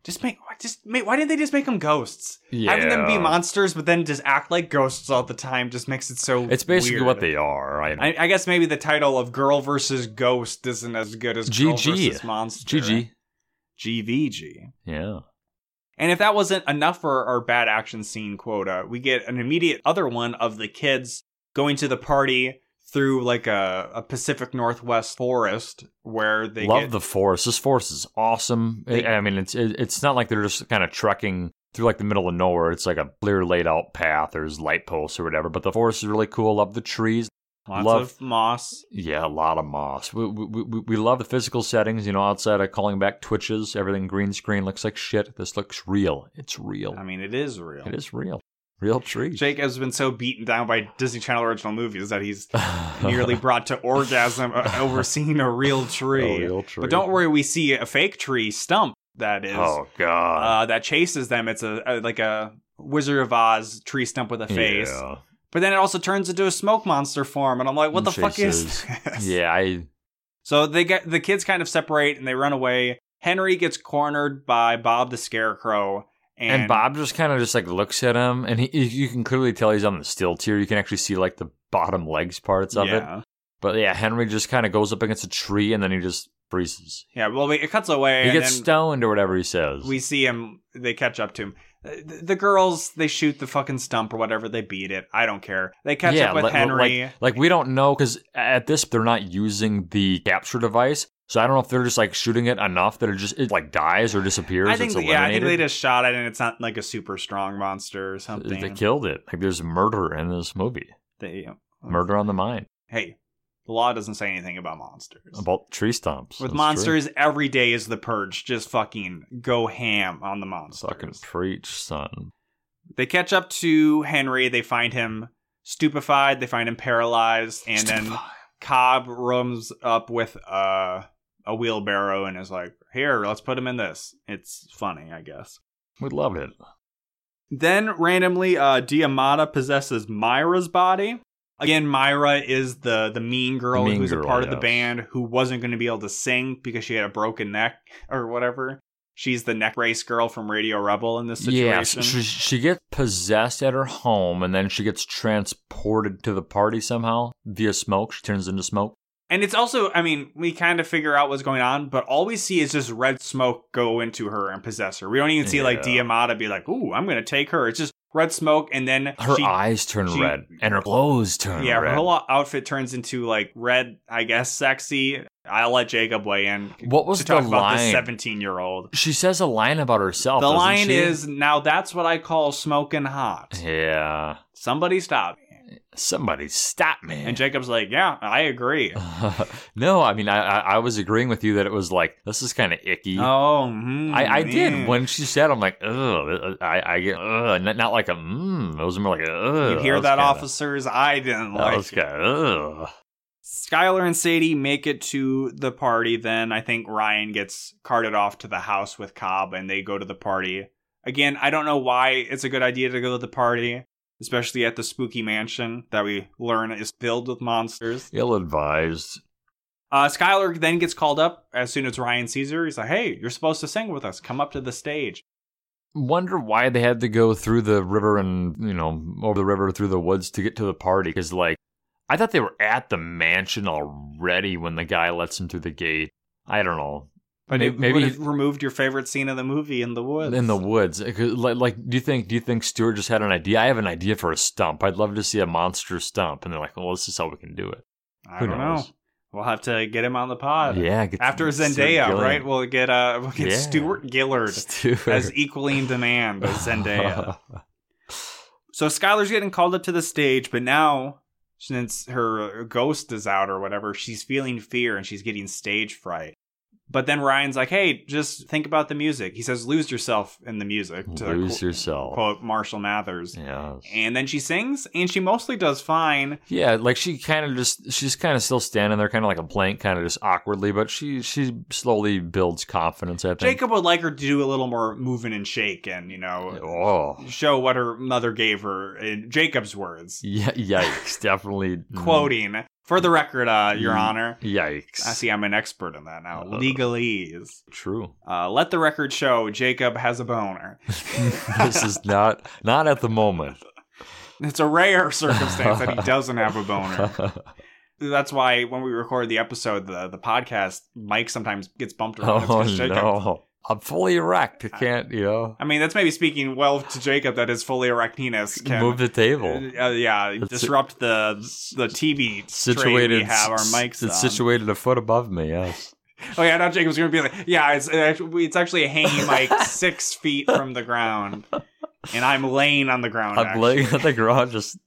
Speaker 1: Just make why- just make, why didn't they just make them ghosts?
Speaker 2: Yeah.
Speaker 1: Having them be monsters, but then just act like ghosts all the time just makes it so.
Speaker 2: It's basically
Speaker 1: weird.
Speaker 2: what they are, right?
Speaker 1: I, I guess maybe the title of Girl versus Ghost isn't as good as Girl
Speaker 2: GG.
Speaker 1: versus Monster.
Speaker 2: GG.
Speaker 1: GVG.
Speaker 2: Yeah.
Speaker 1: And if that wasn't enough for our bad action scene quota, we get an immediate other one of the kids going to the party through like a, a Pacific Northwest forest where they
Speaker 2: Love
Speaker 1: get,
Speaker 2: the forest. This forest is awesome. I-
Speaker 1: They-
Speaker 2: I mean, it's it, it's not like they're just kind of trekking through like the middle of nowhere. It's like a clear laid out path. There's light posts or whatever, but the forest is really cool. Love the trees.
Speaker 1: lots
Speaker 2: love-
Speaker 1: of moss.
Speaker 2: Yeah, a lot of moss. We, we, we, we love the physical settings, you know, outside of calling back twitches. Everything green screen looks like shit. This looks real. It's real.
Speaker 1: I mean, it is real.
Speaker 2: It is real. Real trees.
Speaker 1: Jake has been so beaten down by Disney Channel original movies that he's
Speaker 2: Oh,
Speaker 1: nearly brought to orgasm uh, over seeing a real tree.
Speaker 2: A Oh, real tree.
Speaker 1: But don't worry, we see a fake tree stump that is
Speaker 2: Oh, God.
Speaker 1: uh, that chases them. It's a, a like a Wizard of Oz tree stump with a face.
Speaker 2: Yeah.
Speaker 1: But then it also turns into a smoke monster form, and I'm like, what the fuck is
Speaker 2: Chases.
Speaker 1: this?
Speaker 2: Yeah, I
Speaker 1: So they get the kids kind of separate and they run away. Henry gets cornered by Bob the Scarecrow, and,
Speaker 2: And, Bob just kind of just like looks at him, and he, he- you can clearly tell he's on the still tier. You can actually see like the bottom legs parts of it.
Speaker 1: yeah,
Speaker 2: But yeah, Henry just kind of goes up against a tree, and then he just freezes.
Speaker 1: yeah. Well, we- it cuts away.
Speaker 2: he
Speaker 1: and
Speaker 2: gets
Speaker 1: then
Speaker 2: stoned or whatever he says.
Speaker 1: we see him. They catch up to him. th- the girls they shoot the fucking stump or whatever they beat it i don't care they catch
Speaker 2: yeah,
Speaker 1: up with
Speaker 2: li- li-
Speaker 1: henry
Speaker 2: Like, like we don't know because at this they're not using the capture device, so I don't know if they're just like shooting it enough that it just it like dies or disappears.
Speaker 1: I think
Speaker 2: it's
Speaker 1: that- yeah, I think
Speaker 2: eliminated.
Speaker 1: they just shot it, and it's not like a super strong monster or something.
Speaker 2: They killed it. Like there's murder in this movie.
Speaker 1: They- uh,
Speaker 2: Murder on the mind
Speaker 1: Hey, the law doesn't say anything about monsters.
Speaker 2: about tree stumps.
Speaker 1: With
Speaker 2: That's
Speaker 1: monsters, every day is the purge. Just fucking go ham on the
Speaker 2: true. Fucking
Speaker 1: monsters.
Speaker 2: preach, son.
Speaker 1: They catch up to Henry. They find him stupefied. They find him paralyzed, and then Cobb rooms up with uh, a wheelbarrow and is like, "Here, let's put him in this." It's funny, I guess.
Speaker 2: we love it.
Speaker 1: Then randomly, uh, Diamata possesses Myra's body. Again, Myra is the the mean girl
Speaker 2: mean
Speaker 1: who's a
Speaker 2: girl,
Speaker 1: part of the
Speaker 2: yes.
Speaker 1: band who wasn't going to be able to sing because she had a broken neck or whatever. She's the neck race girl from Radio Rebel in this situation.
Speaker 2: Yeah, she, she gets possessed at her home, and then she gets transported to the party somehow via smoke. She turns into smoke.
Speaker 1: and it's also, I mean, we kind of figure out what's going on, but all we see is just red smoke go into her and possess her. We don't even see like
Speaker 2: Yeah.
Speaker 1: Diamata be like, "Ooh, I'm going to take her." It's just red smoke, and then
Speaker 2: Her
Speaker 1: she
Speaker 2: eyes turn
Speaker 1: she-
Speaker 2: red, and her clothes turn
Speaker 1: Yeah,
Speaker 2: red.
Speaker 1: her whole outfit turns into like red, I guess, sexy. I'll let Jacob weigh in
Speaker 2: What was
Speaker 1: to
Speaker 2: the
Speaker 1: talk about this
Speaker 2: line?
Speaker 1: seventeen-year-old.
Speaker 2: She says a line about herself.
Speaker 1: The
Speaker 2: doesn't
Speaker 1: line
Speaker 2: she?
Speaker 1: is now that's what I call smoking hot.
Speaker 2: Yeah.
Speaker 1: Somebody stop.
Speaker 2: Somebody stop me.
Speaker 1: And Jacob's like, yeah, I agree.
Speaker 2: no, I mean, I, I, I was agreeing with you that it was like, this is kind of icky.
Speaker 1: Oh, mm,
Speaker 2: I, I
Speaker 1: yeah.
Speaker 2: did. When she said, I'm like, ugh. I, I get, ugh. Not, not like a, mmm. It was more like, ugh.
Speaker 1: you hear
Speaker 2: uh, was
Speaker 1: that,
Speaker 2: kinda-
Speaker 1: officers? I didn't
Speaker 2: That
Speaker 1: like.
Speaker 2: was
Speaker 1: it.
Speaker 2: kind of, ugh.
Speaker 1: Skylar and Sadie make it to the party. Then I think Ryan gets carted off to the house with Cobb, and they go to the party. Again, I don't know why it's a good idea to go to the party, especially at the spooky mansion that we learn is filled with monsters.
Speaker 2: Ill advised.
Speaker 1: Uh, Skylar then gets called up as soon as Ryan sees her. He's like, "Hey, you're supposed to sing with us. Come up to the stage."
Speaker 2: Wonder why they had to go through the river and, you know, over the river through the woods to get to the party. Because, like, I thought they were at the mansion already when the guy lets him through the gate. I don't know.
Speaker 1: But
Speaker 2: May-
Speaker 1: it
Speaker 2: maybe
Speaker 1: would
Speaker 2: he-
Speaker 1: have removed your favorite scene of the movie in the woods.
Speaker 2: in the woods. It could- Like, like, do you think? Do you think Stewart just had an idea? I have an idea for a stump. I'd love to see a monster stump, and they're like, "Well, this is how we can do it."
Speaker 1: I
Speaker 2: who
Speaker 1: don't know.
Speaker 2: knows?
Speaker 1: We'll have to get him on the pod.
Speaker 2: yeah, get
Speaker 1: After
Speaker 2: Stuart
Speaker 1: Zendaya,
Speaker 2: Gillen.
Speaker 1: right? We'll get uh, we'll get
Speaker 2: Yeah.
Speaker 1: Stuart Gillard
Speaker 2: Stuart.
Speaker 1: as equally in demand as Zendaya. so Skylar's getting called up to the stage, but now since her uh, ghost is out or whatever, she's feeling fear and she's getting stage fright. But then Ryan's like, "Hey, just think about the music." He says, "Lose yourself in the music." To
Speaker 2: Lose
Speaker 1: qu-
Speaker 2: yourself.
Speaker 1: Quote Marshall Mathers.
Speaker 2: Yeah.
Speaker 1: And then she sings, and she mostly does fine.
Speaker 2: Yeah, like she kind of just she's kind of still standing there, kind of like a plank, kind of just awkwardly, but she she slowly builds confidence. I think.
Speaker 1: Jacob would like her to do a little more moving and shake, and you know,
Speaker 2: Oh.
Speaker 1: show what her mother gave her in Jacob's words,
Speaker 2: Yeah. Yikes! Definitely.
Speaker 1: quoting for the record, uh, Your
Speaker 2: Mm.
Speaker 1: Honor.
Speaker 2: Yikes.
Speaker 1: I see I'm an expert in that now.
Speaker 2: Uh.
Speaker 1: Legalese.
Speaker 2: True.
Speaker 1: Uh, let the record show Jacob has a boner.
Speaker 2: this is not not at the moment.
Speaker 1: It's a rare circumstance that he doesn't have a boner. That's why when we record the episode, the, the podcast, Mike sometimes gets bumped around. It's
Speaker 2: Oh
Speaker 1: 'cause Jacob-
Speaker 2: no! I'm fully erect. I can't, you know,
Speaker 1: I mean, that's maybe speaking well to Jacob that his fully erect penis can
Speaker 2: move the table.
Speaker 1: Uh, yeah,
Speaker 2: It's-
Speaker 1: disrupt the the TV situated we
Speaker 2: Situated,
Speaker 1: have our mics.
Speaker 2: It's
Speaker 1: on.
Speaker 2: situated a foot above me. Yes.
Speaker 1: Oh yeah, now Jacob's gonna be like, yeah, it's actually, it's actually a hanging like six feet from the ground, and I'm laying on the ground.
Speaker 2: I'm laying on
Speaker 1: actually.
Speaker 2: the ground, just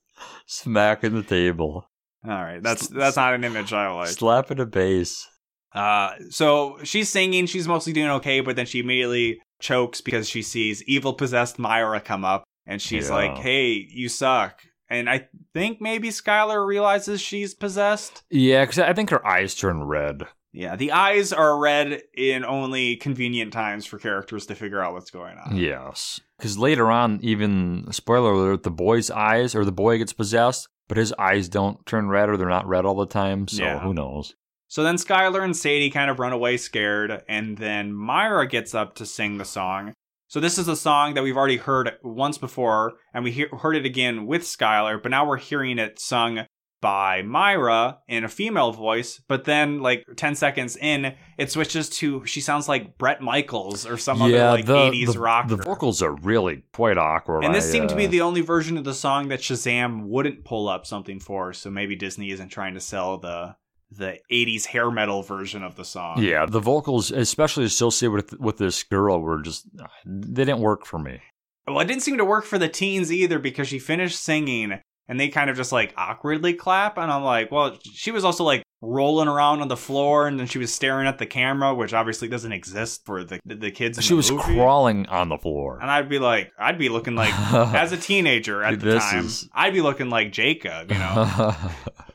Speaker 2: smacking the table,
Speaker 1: All right, that's that's not an image I like.
Speaker 2: slapping a base.
Speaker 1: Uh, so she's singing, she's mostly doing okay, but then she immediately chokes because she sees evil possessed Myra come up, and she's
Speaker 2: Yeah.
Speaker 1: like, "Hey, you suck." And I think maybe Skylar realizes she's possessed.
Speaker 2: Yeah, because I think her eyes turn red.
Speaker 1: Yeah, the eyes are red in only convenient times for characters to figure out what's going on.
Speaker 2: Yes, because later on, even spoiler alert, the boy's eyes or the boy gets possessed, but his eyes don't turn red or they're not red all the time. So
Speaker 1: Yeah.
Speaker 2: who knows?
Speaker 1: So then Skylar and Sadie kind of run away scared, and then Myra gets up to sing the song. So this is a song that we've already heard once before, and we hear heard it again with Skylar, but now we're hearing it sung by Myra in a female voice, but then like 10 seconds in, it switches to she sounds like Brett Michaels or some other like 80s
Speaker 2: the,
Speaker 1: rock.
Speaker 2: The vocals are really quite awkward.
Speaker 1: and this
Speaker 2: I,
Speaker 1: seemed to
Speaker 2: uh,
Speaker 1: be the only version of the song that Shazam wouldn't pull up something for, so maybe Disney isn't trying to sell the the 80s hair metal version of the song.
Speaker 2: uh, Yeah, the vocals, especially associated with with this girl, were just they didn't work for me.
Speaker 1: Well, it didn't seem to work for the teens either because she finished singing and they kind of just like awkwardly clap. And I'm like, well, she was also like rolling around on the floor and then she was staring at the camera, which obviously doesn't exist for the the kids. In
Speaker 2: She
Speaker 1: the
Speaker 2: was
Speaker 1: movie.
Speaker 2: crawling on the floor.
Speaker 1: And I'd be like, I'd be looking like, as a teenager at
Speaker 2: Dude,
Speaker 1: the
Speaker 2: this
Speaker 1: time,
Speaker 2: is-
Speaker 1: I'd be looking like Jacob, you know,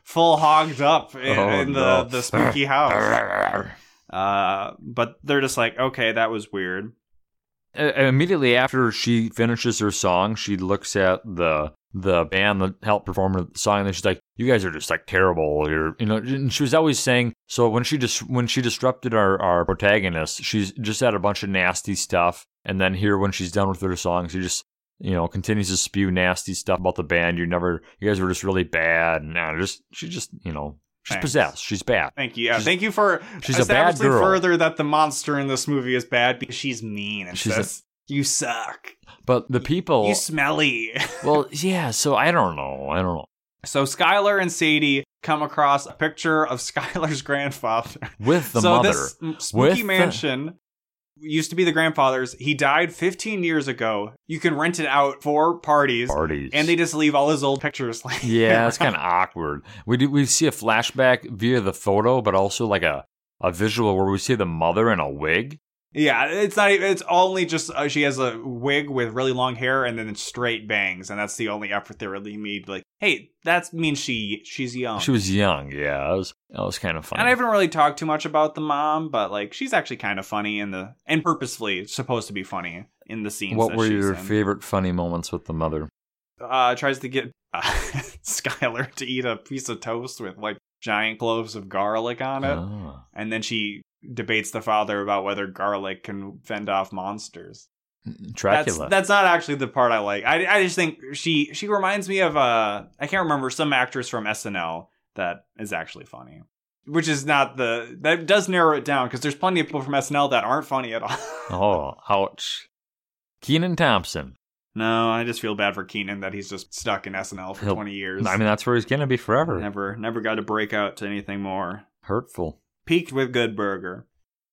Speaker 1: full hogged up in,
Speaker 2: Oh,
Speaker 1: in the,
Speaker 2: no.
Speaker 1: the spooky house. Uh, but they're just like, okay, that was weird.
Speaker 2: Uh, immediately after she finishes her song, she looks at the the band that helped perform the song, and she's like, "You guys are just like terrible." You're, you know, and she was always saying. So when she dis- when she disrupted our our protagonist, she's just had a bunch of nasty stuff, and then here when she's done with her song, she just you know continues to spew nasty stuff about the band. You never, you guys were just really bad, and nah, just she just you know she's
Speaker 1: Thanks.
Speaker 2: possessed, she's bad.
Speaker 1: Thank you. Yeah,
Speaker 2: She's-
Speaker 1: thank you for
Speaker 2: she's a bad
Speaker 1: establishing
Speaker 2: girl.
Speaker 1: further that the monster in this movie is bad because she's mean and
Speaker 2: She's a-
Speaker 1: says, "You suck.
Speaker 2: But the people,
Speaker 1: You smelly."
Speaker 2: well, yeah. So I don't know, I don't know.
Speaker 1: so Skylar and Sadie come across a picture of Skylar's grandfather.
Speaker 2: With the
Speaker 1: so
Speaker 2: mother.
Speaker 1: this m- spooky
Speaker 2: With the-
Speaker 1: mansion used to be the grandfather's. He died 15 years ago. You can rent it out for parties,
Speaker 2: parties.
Speaker 1: and they just leave all his old pictures. laying
Speaker 2: yeah, that's kind of awkward. We do we see a flashback via the photo, but also like a a visual where we see the mother in a wig.
Speaker 1: Yeah, it's not. even It's only just uh, she has a wig with really long hair and then straight bangs, and that's the only effort they really made. Like, hey, that means she she's young.
Speaker 2: She was young. Yeah, that was that was kind of funny.
Speaker 1: and I haven't really talked too much about the mom, but like she's actually kind of funny in the and purposefully supposed to be funny in the scenes.
Speaker 2: what
Speaker 1: that
Speaker 2: were
Speaker 1: she's
Speaker 2: your
Speaker 1: in.
Speaker 2: favorite funny moments with the mother?
Speaker 1: Uh, tries to get uh, Skylar to eat a piece of toast with like giant cloves of garlic on it,
Speaker 2: Ah.
Speaker 1: and then she debates the father about whether garlic can fend off monsters.
Speaker 2: Dracula.
Speaker 1: That's, that's not actually the part I like. I, I just think she she reminds me of uh I can't remember some actress from SNL that is actually funny, which is not the that does narrow it down because there's plenty of people from SNL that aren't funny at all.
Speaker 2: oh, ouch. Keenan Thompson.
Speaker 1: No, I just feel bad for Keenan that he's just stuck in SNL for
Speaker 2: He'll-
Speaker 1: 20 years.
Speaker 2: I mean, that's where he's gonna be forever.
Speaker 1: never never got to break out to anything more.
Speaker 2: Hurtful.
Speaker 1: Peaked with Good Burger.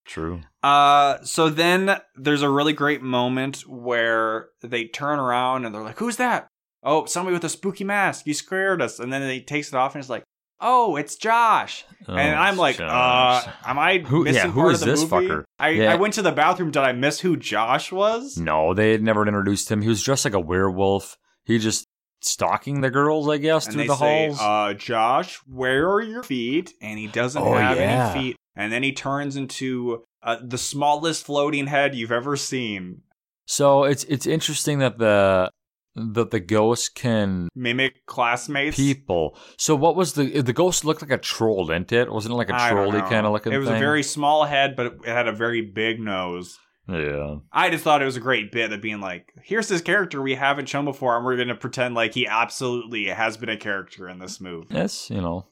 Speaker 2: True.
Speaker 1: Uh, so then there's a really great moment where they turn around and they're like, "Who's that? Oh, somebody with a spooky mask. You scared us." And then he takes it off and it's like, "Oh, it's Josh." and
Speaker 2: Oh,
Speaker 1: I'm like,
Speaker 2: gosh.
Speaker 1: "Uh, am I
Speaker 2: Who-
Speaker 1: missing
Speaker 2: yeah, who
Speaker 1: part
Speaker 2: is
Speaker 1: of the
Speaker 2: this
Speaker 1: movie?"
Speaker 2: fucker?
Speaker 1: I
Speaker 2: Yeah. Mm.
Speaker 1: I went to the bathroom. Did I miss who Josh was?
Speaker 2: No, they had never introduced him. He was dressed like a werewolf. He just stalking the girls, I guess,
Speaker 1: And
Speaker 2: through
Speaker 1: they
Speaker 2: the
Speaker 1: say,
Speaker 2: halls.
Speaker 1: "Uh, Josh, where are your feet?" And he doesn't
Speaker 2: Oh,
Speaker 1: have
Speaker 2: yeah.
Speaker 1: any feet. And then he turns into uh, the smallest floating head you've ever seen.
Speaker 2: so it's it's interesting that the that the ghost can
Speaker 1: Mimic classmates.
Speaker 2: people. So what was the the ghost looked like a troll, didn't it? Wasn't it like a
Speaker 1: I don't
Speaker 2: trolly
Speaker 1: know.
Speaker 2: kind of looking?
Speaker 1: It was
Speaker 2: thing?
Speaker 1: a very small head, but it had a very big nose.
Speaker 2: yeah.
Speaker 1: I just thought it was a great bit of being like, here's this character we haven't shown before, and we're going to pretend like he absolutely has been a character in this movie.
Speaker 2: Yes, you know,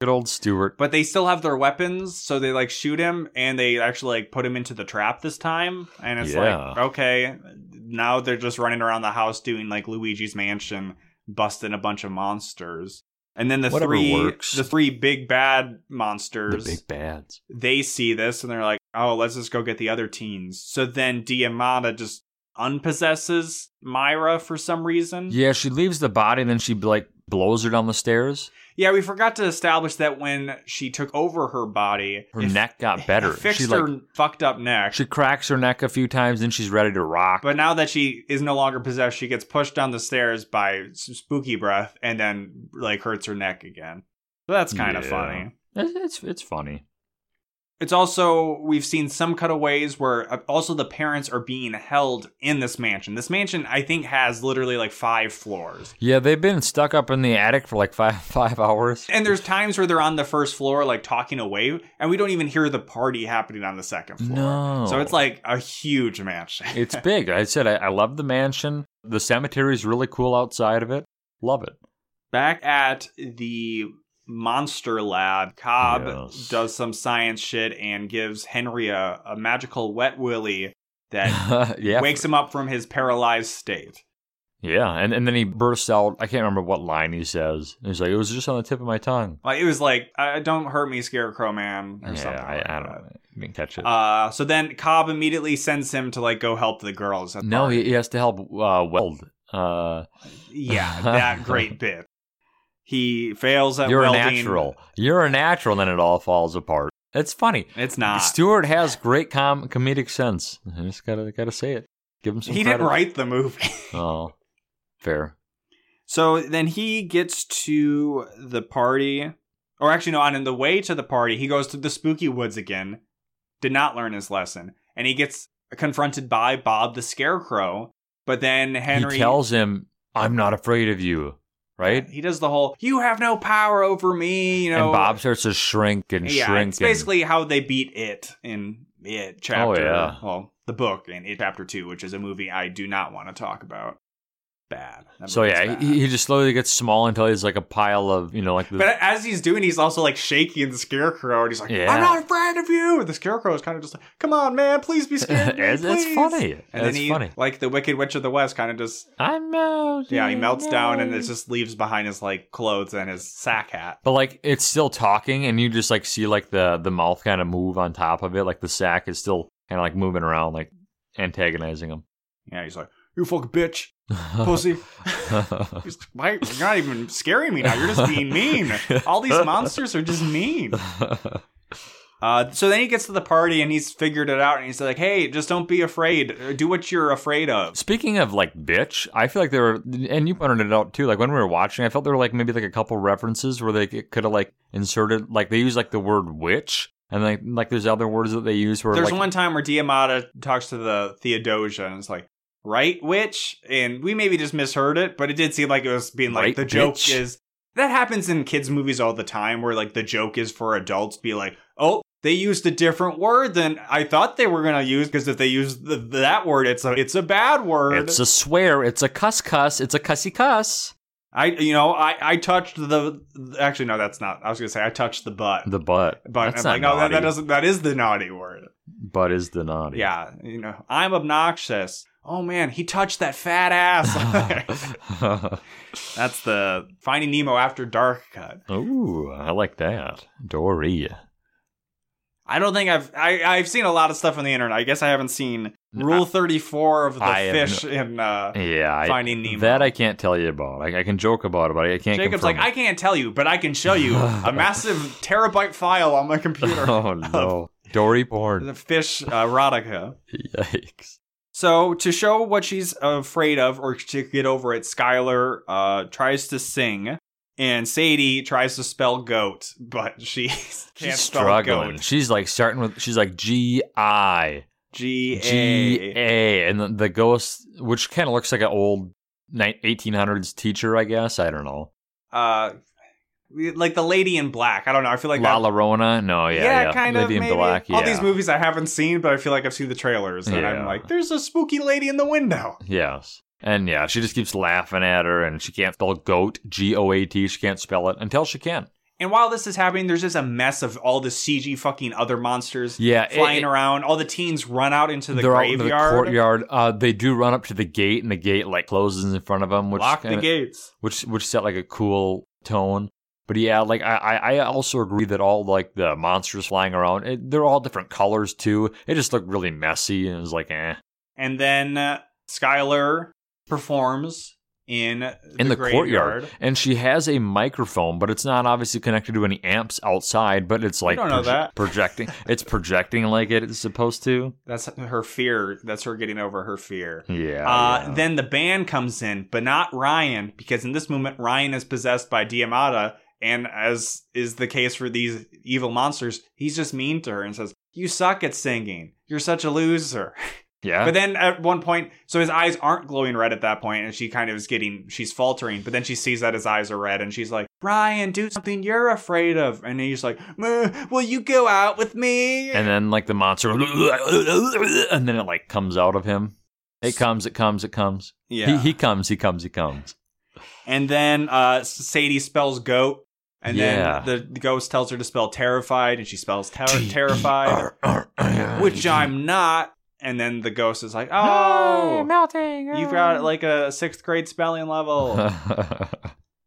Speaker 2: good old Stewart.
Speaker 1: But they still have their weapons, so they like shoot him, and they actually like put him into the trap this time. And it's like,
Speaker 2: Yeah.
Speaker 1: okay, now they're just running around the house doing like Luigi's Mansion, busting a bunch of monsters. And then the
Speaker 2: Whatever
Speaker 1: three,
Speaker 2: works.
Speaker 1: the three big bad
Speaker 2: The
Speaker 1: monsters,
Speaker 2: big bads.
Speaker 1: they see this and they're like, oh, let's just go get the other teens. So then Diamata just unpossesses Myra for some reason.
Speaker 2: Yeah, she leaves the body, and then she like blows her down the stairs.
Speaker 1: Yeah, we forgot to establish that when she took over her body,
Speaker 2: Her
Speaker 1: it-
Speaker 2: neck
Speaker 1: it
Speaker 2: got better.
Speaker 1: fixed
Speaker 2: she
Speaker 1: her
Speaker 2: like
Speaker 1: fucked up neck.
Speaker 2: she cracks her neck a few times, then she's ready to rock.
Speaker 1: but now that she is no longer possessed, she gets pushed down the stairs by some spooky breath and then like hurts her neck again. So that's kind of
Speaker 2: Yeah.
Speaker 1: funny.
Speaker 2: It's it's, it's funny.
Speaker 1: It's also we've seen some cutaways where uh, also the parents are being held in this mansion. This mansion I think has literally like 5 floors.
Speaker 2: Yeah, they've been stuck up in the attic for like five five hours.
Speaker 1: And there's times where they're on the first floor like talking away and we don't even hear the party happening on the second floor.
Speaker 2: No,
Speaker 1: So it's like a huge mansion.
Speaker 2: it's big. I said I, I love the mansion. The cemetery's really cool outside of it. Love it.
Speaker 1: back at the monster lab, Cobb
Speaker 2: Yes.
Speaker 1: does some science shit and gives Henry a, a magical wet willy that
Speaker 2: yeah.
Speaker 1: wakes him up from his paralyzed state.
Speaker 2: Yeah. And, and then he bursts out. I can't remember what line he says. He's like, it was just on the tip of my tongue.
Speaker 1: Like it was like, uh, "Don't hurt me, Scarecrow Man," or
Speaker 2: Yeah.
Speaker 1: something.
Speaker 2: I,
Speaker 1: like
Speaker 2: I
Speaker 1: that.
Speaker 2: don't know. I didn't catch it.
Speaker 1: Uh, so then Cobb immediately sends him to like go help the girls. at the
Speaker 2: no,
Speaker 1: party.
Speaker 2: he, he has to help uh, Weld. Uh,
Speaker 1: yeah, that great bit. He fails at
Speaker 2: you're a
Speaker 1: welding.
Speaker 2: natural. You're a natural. And then it all falls apart. It's funny.
Speaker 1: It's not.
Speaker 2: Stewart has great com- comedic sense. I just gotta gotta say it. Give him some.
Speaker 1: he
Speaker 2: credit.
Speaker 1: didn't write the movie.
Speaker 2: Oh, fair.
Speaker 1: so then he gets to the party, or actually no, on in the way to the party, he goes to the spooky woods again. Did not learn his lesson, and he gets confronted by Bob the Scarecrow. But then Henry
Speaker 2: He tells him, "I'm not afraid of you," right?
Speaker 1: He does the whole "you have no power over me," you know.
Speaker 2: and Bob starts to shrink and
Speaker 1: yeah,
Speaker 2: shrink.
Speaker 1: it's basically how they beat it in it chapter.
Speaker 2: Oh, yeah.
Speaker 1: Well, the book in it chapter two, which is a movie I do not want to talk about. Bad. That
Speaker 2: and, so
Speaker 1: movie's
Speaker 2: yeah,
Speaker 1: bad.
Speaker 2: he, he just slowly gets small until he's like a pile of you know like the
Speaker 1: But as he's doing, he's also like shaking the scarecrow, and he's like,
Speaker 2: Yeah.
Speaker 1: "I'm not afraid of you." And the scarecrow is kind of just like, "Come on, man, please be scared." of me,
Speaker 2: it's, it's
Speaker 1: please."
Speaker 2: funny.
Speaker 1: And then
Speaker 2: it's
Speaker 1: he,
Speaker 2: funny.
Speaker 1: like the Wicked Witch of the West, kind of just
Speaker 2: I'm out.
Speaker 1: yeah, he melts down and it just leaves behind his like clothes and his sack hat.
Speaker 2: But like it's still talking, and you just like see like the the mouth kind of move on top of it, like the sack is still kind of like moving around, like antagonizing him.
Speaker 1: Yeah, he's like, "You fucking bitch, pussy." He's like, Why, you're not even scaring me now. You're just being mean. All these monsters are just mean. Uh, so then he gets to the party and he's figured it out and he's like, hey, just don't be afraid. Uh, Do what you're afraid of.
Speaker 2: Speaking of like bitch, I feel like there were, and you pointed it out too. Like when we were watching, I felt there were like maybe like a couple references where they could have like inserted like they use like the word witch, and like like there's other words that they use where
Speaker 1: There's
Speaker 2: like
Speaker 1: one time where Diamata talks to the Theodosia and it's like, right, witch? And we maybe just misheard it, but it did seem like it was being like,
Speaker 2: Right,
Speaker 1: the joke
Speaker 2: bitch?
Speaker 1: is. That happens in kids' movies all the time where like the joke is for adults to be like, oh, they used a different word than I thought they were going to use because if they use the, that word, it's a, it's a bad word.
Speaker 2: it's a swear, it's a cuss cuss, it's a cussy cuss.
Speaker 1: I you know I I touched the actually no that's not I was gonna say I touched the butt
Speaker 2: The butt,
Speaker 1: but
Speaker 2: That's
Speaker 1: I'm like
Speaker 2: not
Speaker 1: no that, that
Speaker 2: naughty.
Speaker 1: doesn't that is the naughty word
Speaker 2: butt is the naughty.
Speaker 1: yeah you know I'm obnoxious oh man he touched that fat ass that's the Finding Nemo after dark cut
Speaker 2: Ooh, I like that. Dory.
Speaker 1: I don't think I've I I've seen a lot of stuff on the internet I guess I haven't seen
Speaker 2: No,
Speaker 1: Rule 34 of the
Speaker 2: I have
Speaker 1: fish in uh,
Speaker 2: Yeah, I,
Speaker 1: Finding Nemo
Speaker 2: that I can't tell you about. I, I can joke about it, but I can't.
Speaker 1: Jacob's like
Speaker 2: confirm
Speaker 1: I can't tell you but I can show you a massive terabyte file on my
Speaker 2: it.
Speaker 1: computer
Speaker 2: Oh no, Dory porn.
Speaker 1: the fish uh, erotica.
Speaker 2: Yikes.
Speaker 1: So to show what she's afraid of or to get over it, Skylar uh, tries to sing, and Sadie tries to spell goat, but she can't
Speaker 2: She's
Speaker 1: spell
Speaker 2: struggling.
Speaker 1: goat.
Speaker 2: She's like starting with. She's like G I
Speaker 1: G
Speaker 2: G
Speaker 1: A.
Speaker 2: A, and the, the ghost, which kind of looks like an old eighteen hundreds teacher, I guess. I don't know.
Speaker 1: Uh, like the Lady in Black. I don't know. I feel like
Speaker 2: La
Speaker 1: that.
Speaker 2: Llorona. No, yeah, yeah,
Speaker 1: kind
Speaker 2: Lady
Speaker 1: of.
Speaker 2: in
Speaker 1: Maybe.
Speaker 2: Black.
Speaker 1: All
Speaker 2: yeah.
Speaker 1: these movies I haven't seen, but I feel like I've seen the trailers, and I'm
Speaker 2: Yeah.
Speaker 1: like, "There's a spooky lady in the window."
Speaker 2: Yes. And yeah, she just keeps laughing at her and she can't spell goat, G O A T. She can't spell it until she can.
Speaker 1: And while this is happening, there's just a mess of all the CG fucking other monsters
Speaker 2: Yeah. it-
Speaker 1: flying
Speaker 2: it-
Speaker 1: around. All the teens run out into the
Speaker 2: they're out in
Speaker 1: graveyard.
Speaker 2: the courtyard. Uh, they do run up to the gate and the gate like closes in front of them, which
Speaker 1: Lock the
Speaker 2: kinda-
Speaker 1: gates.
Speaker 2: which which set like a cool tone. But yeah, like I I I also agree that all like the monsters flying around, it, they're all different colors too. It just looked really messy and it was like eh.
Speaker 1: And then uh, Skylar performs in the
Speaker 2: In the courtyard.
Speaker 1: graveyard.
Speaker 2: And she has a microphone, but it's not obviously connected to any amps outside. But it's like
Speaker 1: don't know that.
Speaker 2: projecting. It's projecting like it is supposed to.
Speaker 1: That's her fear. That's her getting over her fear.
Speaker 2: Yeah.
Speaker 1: Uh,
Speaker 2: yeah.
Speaker 1: Then the band comes in, but not Ryan, because in this moment, Ryan is possessed by Diamata. And as is the case for these evil monsters, he's just mean to her and says, You suck at singing. You're such a loser.
Speaker 2: yeah.
Speaker 1: But then at one point, so his eyes aren't glowing red at that point, and she kind of is getting, she's faltering. But then she sees that his eyes are red, and she's like, "Brian, do something you're afraid of." And he's like, "Uh, "Will you go out with me?"
Speaker 2: and then like the monster, and then it like comes out of him. It comes. It comes. It comes.
Speaker 1: yeah,
Speaker 2: He, he comes. He comes. He comes.
Speaker 1: And then uh, Sadie spells goat. And
Speaker 2: Yeah. E
Speaker 1: then the, the ghost tells her to spell terrified, and she spells ter- terrified,
Speaker 2: terrified.
Speaker 1: which I'm not. And then the ghost is like, oh,
Speaker 2: melting.
Speaker 1: you've got like oh. a sixth grade spelling level.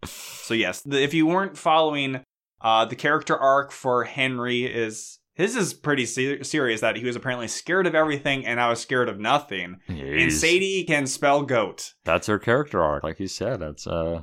Speaker 1: so, yes, the, if you weren't following, uh, the character arc for Henry is his is pretty ser- serious that he was apparently scared of everything, and I was scared of nothing. And Sadie can spell goat.
Speaker 2: That's her character arc, like you said. That's uh,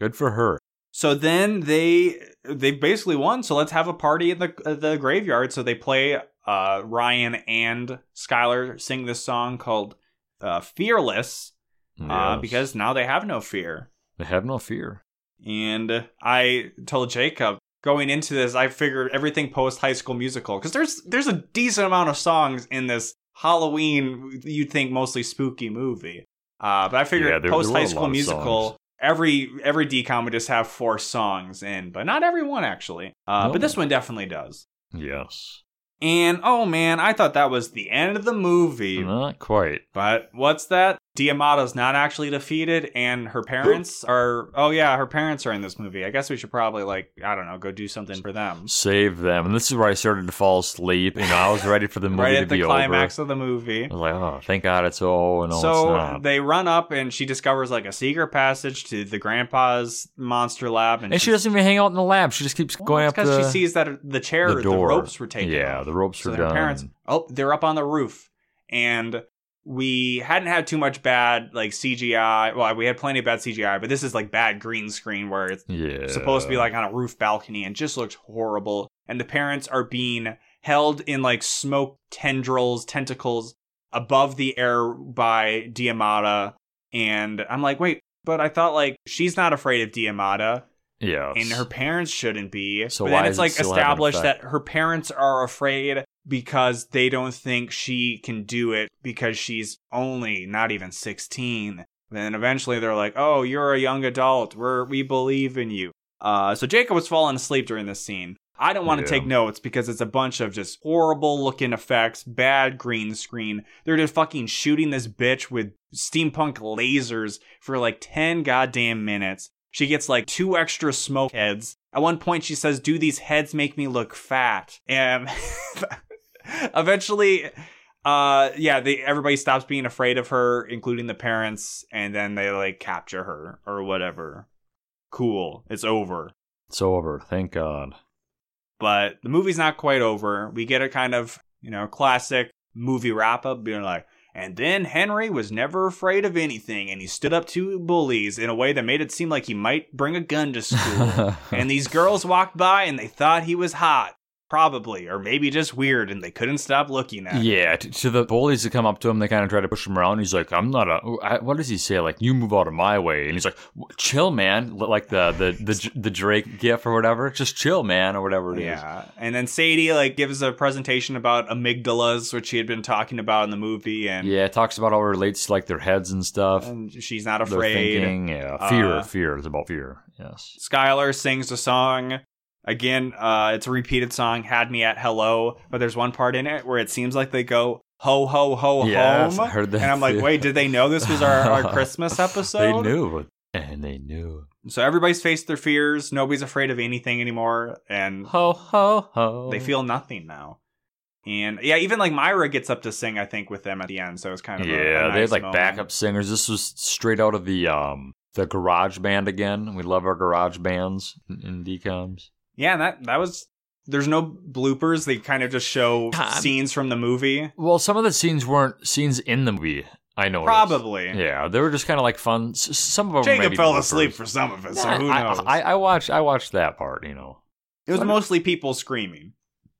Speaker 2: good for her.
Speaker 1: So then they they basically won. So let's have a party in the uh, the graveyard. So they play uh, Ryan and Skylar sing this song called uh, "Fearless" uh,
Speaker 2: Yes.
Speaker 1: because now they have no fear.
Speaker 2: they have no fear.
Speaker 1: And I told Jacob going into this, I figured everything post High School Musical because there's there's a decent amount of songs in this Halloween. You'd think mostly spooky movie, uh, but I
Speaker 2: Yeah, there-
Speaker 1: figured
Speaker 2: there
Speaker 1: post
Speaker 2: were
Speaker 1: High
Speaker 2: a lot
Speaker 1: School
Speaker 2: of
Speaker 1: Musical.
Speaker 2: songs.
Speaker 1: Every every DCOM would just have four songs in, but not everyone actually. Uh, But
Speaker 2: No.
Speaker 1: this one definitely does.
Speaker 2: Yes,
Speaker 1: And oh man, I thought that was the end of the movie.
Speaker 2: not quite.
Speaker 1: But what's that? Diamato's not actually defeated, and her parents are. Oh yeah, her parents are in this movie. I guess we should probably like I don't know, go do something for them.
Speaker 2: Save them, and this is where I started to fall asleep. You know, I was ready for the movie
Speaker 1: Right
Speaker 2: to
Speaker 1: at the
Speaker 2: be
Speaker 1: climax of the movie.
Speaker 2: over. I was like, oh, thank God it's oh no, it's
Speaker 1: so
Speaker 2: not.
Speaker 1: they run up, and she discovers like a secret passage to the grandpa's monster lab, and,
Speaker 2: and she doesn't even hang out in the lab. She just keeps going up
Speaker 1: because
Speaker 2: the
Speaker 1: she sees that the chair,
Speaker 2: the
Speaker 1: the,
Speaker 2: door.
Speaker 1: ropes were taken.
Speaker 2: Yeah,
Speaker 1: off.
Speaker 2: the ropes
Speaker 1: so
Speaker 2: were
Speaker 1: their
Speaker 2: done.
Speaker 1: parents oh they're up on the roof and we hadn't had too much bad like cgi well we had plenty of bad cgi but this is like bad green screen where it's
Speaker 2: yeah,
Speaker 1: supposed to be like on a roof balcony and just looks horrible and the parents are being held in like smoke tendrils tentacles above the air by diamata and i'm like wait but i thought like she's not afraid of diamata
Speaker 2: yeah,
Speaker 1: and her parents shouldn't be.
Speaker 2: So
Speaker 1: but then
Speaker 2: why
Speaker 1: it's
Speaker 2: does it
Speaker 1: like
Speaker 2: still have an
Speaker 1: established that
Speaker 2: effect?
Speaker 1: her parents are afraid because they don't think she can do it because she's only not even 16. Then eventually they're like, "Oh, you're a young adult. We're we believe in you." Uh, so Jacob was falling asleep during this scene. I don't want to
Speaker 2: Yeah.
Speaker 1: take notes because it's a bunch of just horrible looking effects, bad green screen. They're just fucking shooting this bitch with steampunk lasers for like 10 goddamn minutes. She gets like two extra smoke heads. At one point, she says, Do these heads make me look fat? And eventually, uh, yeah, they, everybody stops being afraid of her, including the parents, and then they like capture her or whatever. Cool. It's over
Speaker 2: it's over. Thank God.
Speaker 1: but the movie's not quite over. We get a kind of, you know, classic movie wrap up being like, and then Henry was never afraid of anything and he stood up to bullies in a way that made it seem like he might bring a gun to school. and these girls walked by and they thought he was hot, probably, or maybe just weird and they couldn't stop looking at him.
Speaker 2: Yeah, to, to the bullies that come up to him, they kind of try to push him around. He's like, "I'm not a." I, what does he say? Like, "You move out of my way," and he's like, "W- "Chill, man." L- Like the the the, the Drake gif or whatever. Just chill, man, or whatever it is.
Speaker 1: Yeah. And then Sadie like gives a presentation about amygdalas, which she had been talking about in the movie, and,
Speaker 2: Yeah, it talks about how it relates to like their heads and stuff.
Speaker 1: and she's not
Speaker 2: Their
Speaker 1: afraid.
Speaker 2: thinking, yeah, fear,
Speaker 1: Uh,
Speaker 2: fear. It's about fear. Yes.
Speaker 1: Skylar sings a song. Again, uh, it's a repeated song, Had Me at Hello, but there's one part in it where it seems like they go ho ho ho
Speaker 2: Yes, I
Speaker 1: home.
Speaker 2: heard that.
Speaker 1: And I'm like,
Speaker 2: too.
Speaker 1: wait, did they know this was our, our Christmas
Speaker 2: They
Speaker 1: episode?
Speaker 2: knew, and they knew.
Speaker 1: So everybody's faced their fears, nobody's afraid of anything anymore, and
Speaker 2: Ho ho ho.
Speaker 1: they feel nothing now. And yeah, even like Myra gets up to sing, I think, with them at the end, so it's kind of a- a
Speaker 2: yeah,
Speaker 1: nice
Speaker 2: they had like
Speaker 1: moment.
Speaker 2: backup singers. This was straight out of the um the garage band again. We love our garage bands in- in DComs.
Speaker 1: Yeah, and that that was there's no bloopers, they kind of just show
Speaker 2: God.
Speaker 1: scenes from the movie.
Speaker 2: Well, some of the scenes weren't scenes in the movie. I know.
Speaker 1: Probably.
Speaker 2: Yeah, they were just kind of like fun. S- Some of them.
Speaker 1: Jacob
Speaker 2: maybe
Speaker 1: fell
Speaker 2: bloopers.
Speaker 1: asleep for some of it, so
Speaker 2: Nah,
Speaker 1: who
Speaker 2: I-
Speaker 1: knows?
Speaker 2: I, I, watched. I watched that part. You know,
Speaker 1: it was mostly people screaming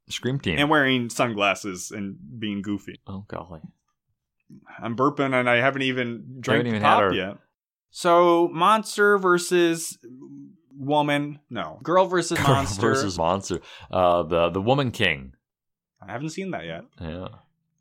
Speaker 2: Scream Team.
Speaker 1: and wearing sunglasses and being goofy.
Speaker 2: oh golly.
Speaker 1: I'm burping and I haven't even drank
Speaker 2: Haven't even
Speaker 1: pop
Speaker 2: had our-
Speaker 1: yet. So monster versus woman, no girl versus
Speaker 2: Girl
Speaker 1: monster.
Speaker 2: versus monster. Uh, the the woman king.
Speaker 1: I haven't seen that yet.
Speaker 2: Yeah.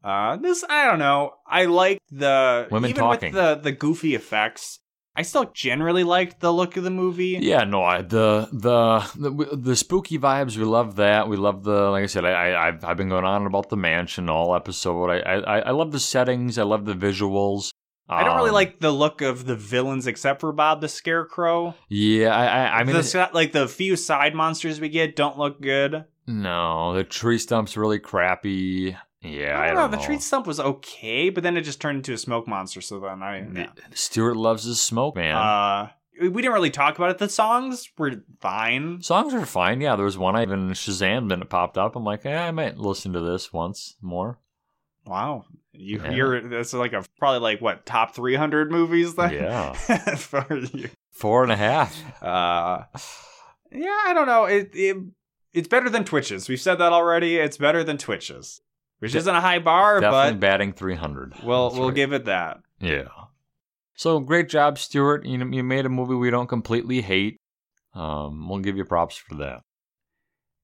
Speaker 1: Uh, this I don't know. I like the
Speaker 2: Women
Speaker 1: even
Speaker 2: talking.
Speaker 1: with the the goofy effects. I still generally liked the look of the movie.
Speaker 2: Yeah, no, I, the, the the the spooky vibes. We love that. We love the like I said. I, I I've, I've been going on about the mansion all episode. I, I I love the settings. I love the visuals.
Speaker 1: I don't really
Speaker 2: Um,
Speaker 1: like the look of the villains except for Bob the Scarecrow.
Speaker 2: Yeah, I, I, I mean,
Speaker 1: the,
Speaker 2: it's-
Speaker 1: si- like the few side monsters we get don't look good.
Speaker 2: no, the tree stump's really crappy. Yeah, I don't, know.
Speaker 1: The tree stump was okay, but then it just turned into a smoke monster. So then I,
Speaker 2: Mm,
Speaker 1: yeah.
Speaker 2: Stewart loves his smoke, man.
Speaker 1: uh, we we didn't really talk about it. The songs were fine.
Speaker 2: Songs are fine. Yeah, there was one I even Shazam then it popped up. I'm like, eh, I might listen to this once more.
Speaker 1: Wow, you,
Speaker 2: Yeah.
Speaker 1: you're that's like a probably like what top three hundred movies then
Speaker 2: Yeah,
Speaker 1: for you.
Speaker 2: four and a half.
Speaker 1: Uh, yeah, I don't know. It, it it's better than Twitches. We've said that already. It's better than Twitches, which
Speaker 2: De-
Speaker 1: isn't a high bar,
Speaker 2: Definitely
Speaker 1: but
Speaker 2: batting 300.
Speaker 1: we'll
Speaker 2: That's
Speaker 1: we'll
Speaker 2: right.
Speaker 1: give it that.
Speaker 2: Yeah. So great job, Stewart. You you made a movie we don't completely hate. Um, we'll give you props for that.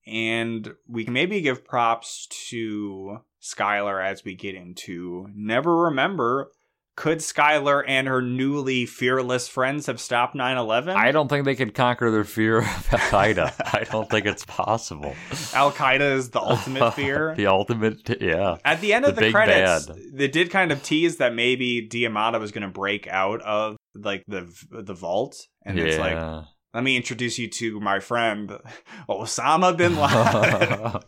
Speaker 1: And we can maybe give props to Skylar as we get into Never Remember. Could Skylar and her newly fearless friends have stopped 9 11?
Speaker 2: I don't think they could conquer their fear of Al Qaeda. I don't think it's possible.
Speaker 1: Al Qaeda is the ultimate fear.
Speaker 2: the ultimate, t- yeah.
Speaker 1: At the end
Speaker 2: The
Speaker 1: of the,
Speaker 2: big
Speaker 1: credits,
Speaker 2: bad.
Speaker 1: they did kind of tease that maybe Diamata was going to break out of like the the vault, and
Speaker 2: yeah.
Speaker 1: it's like, let me introduce you to my friend Osama bin Laden.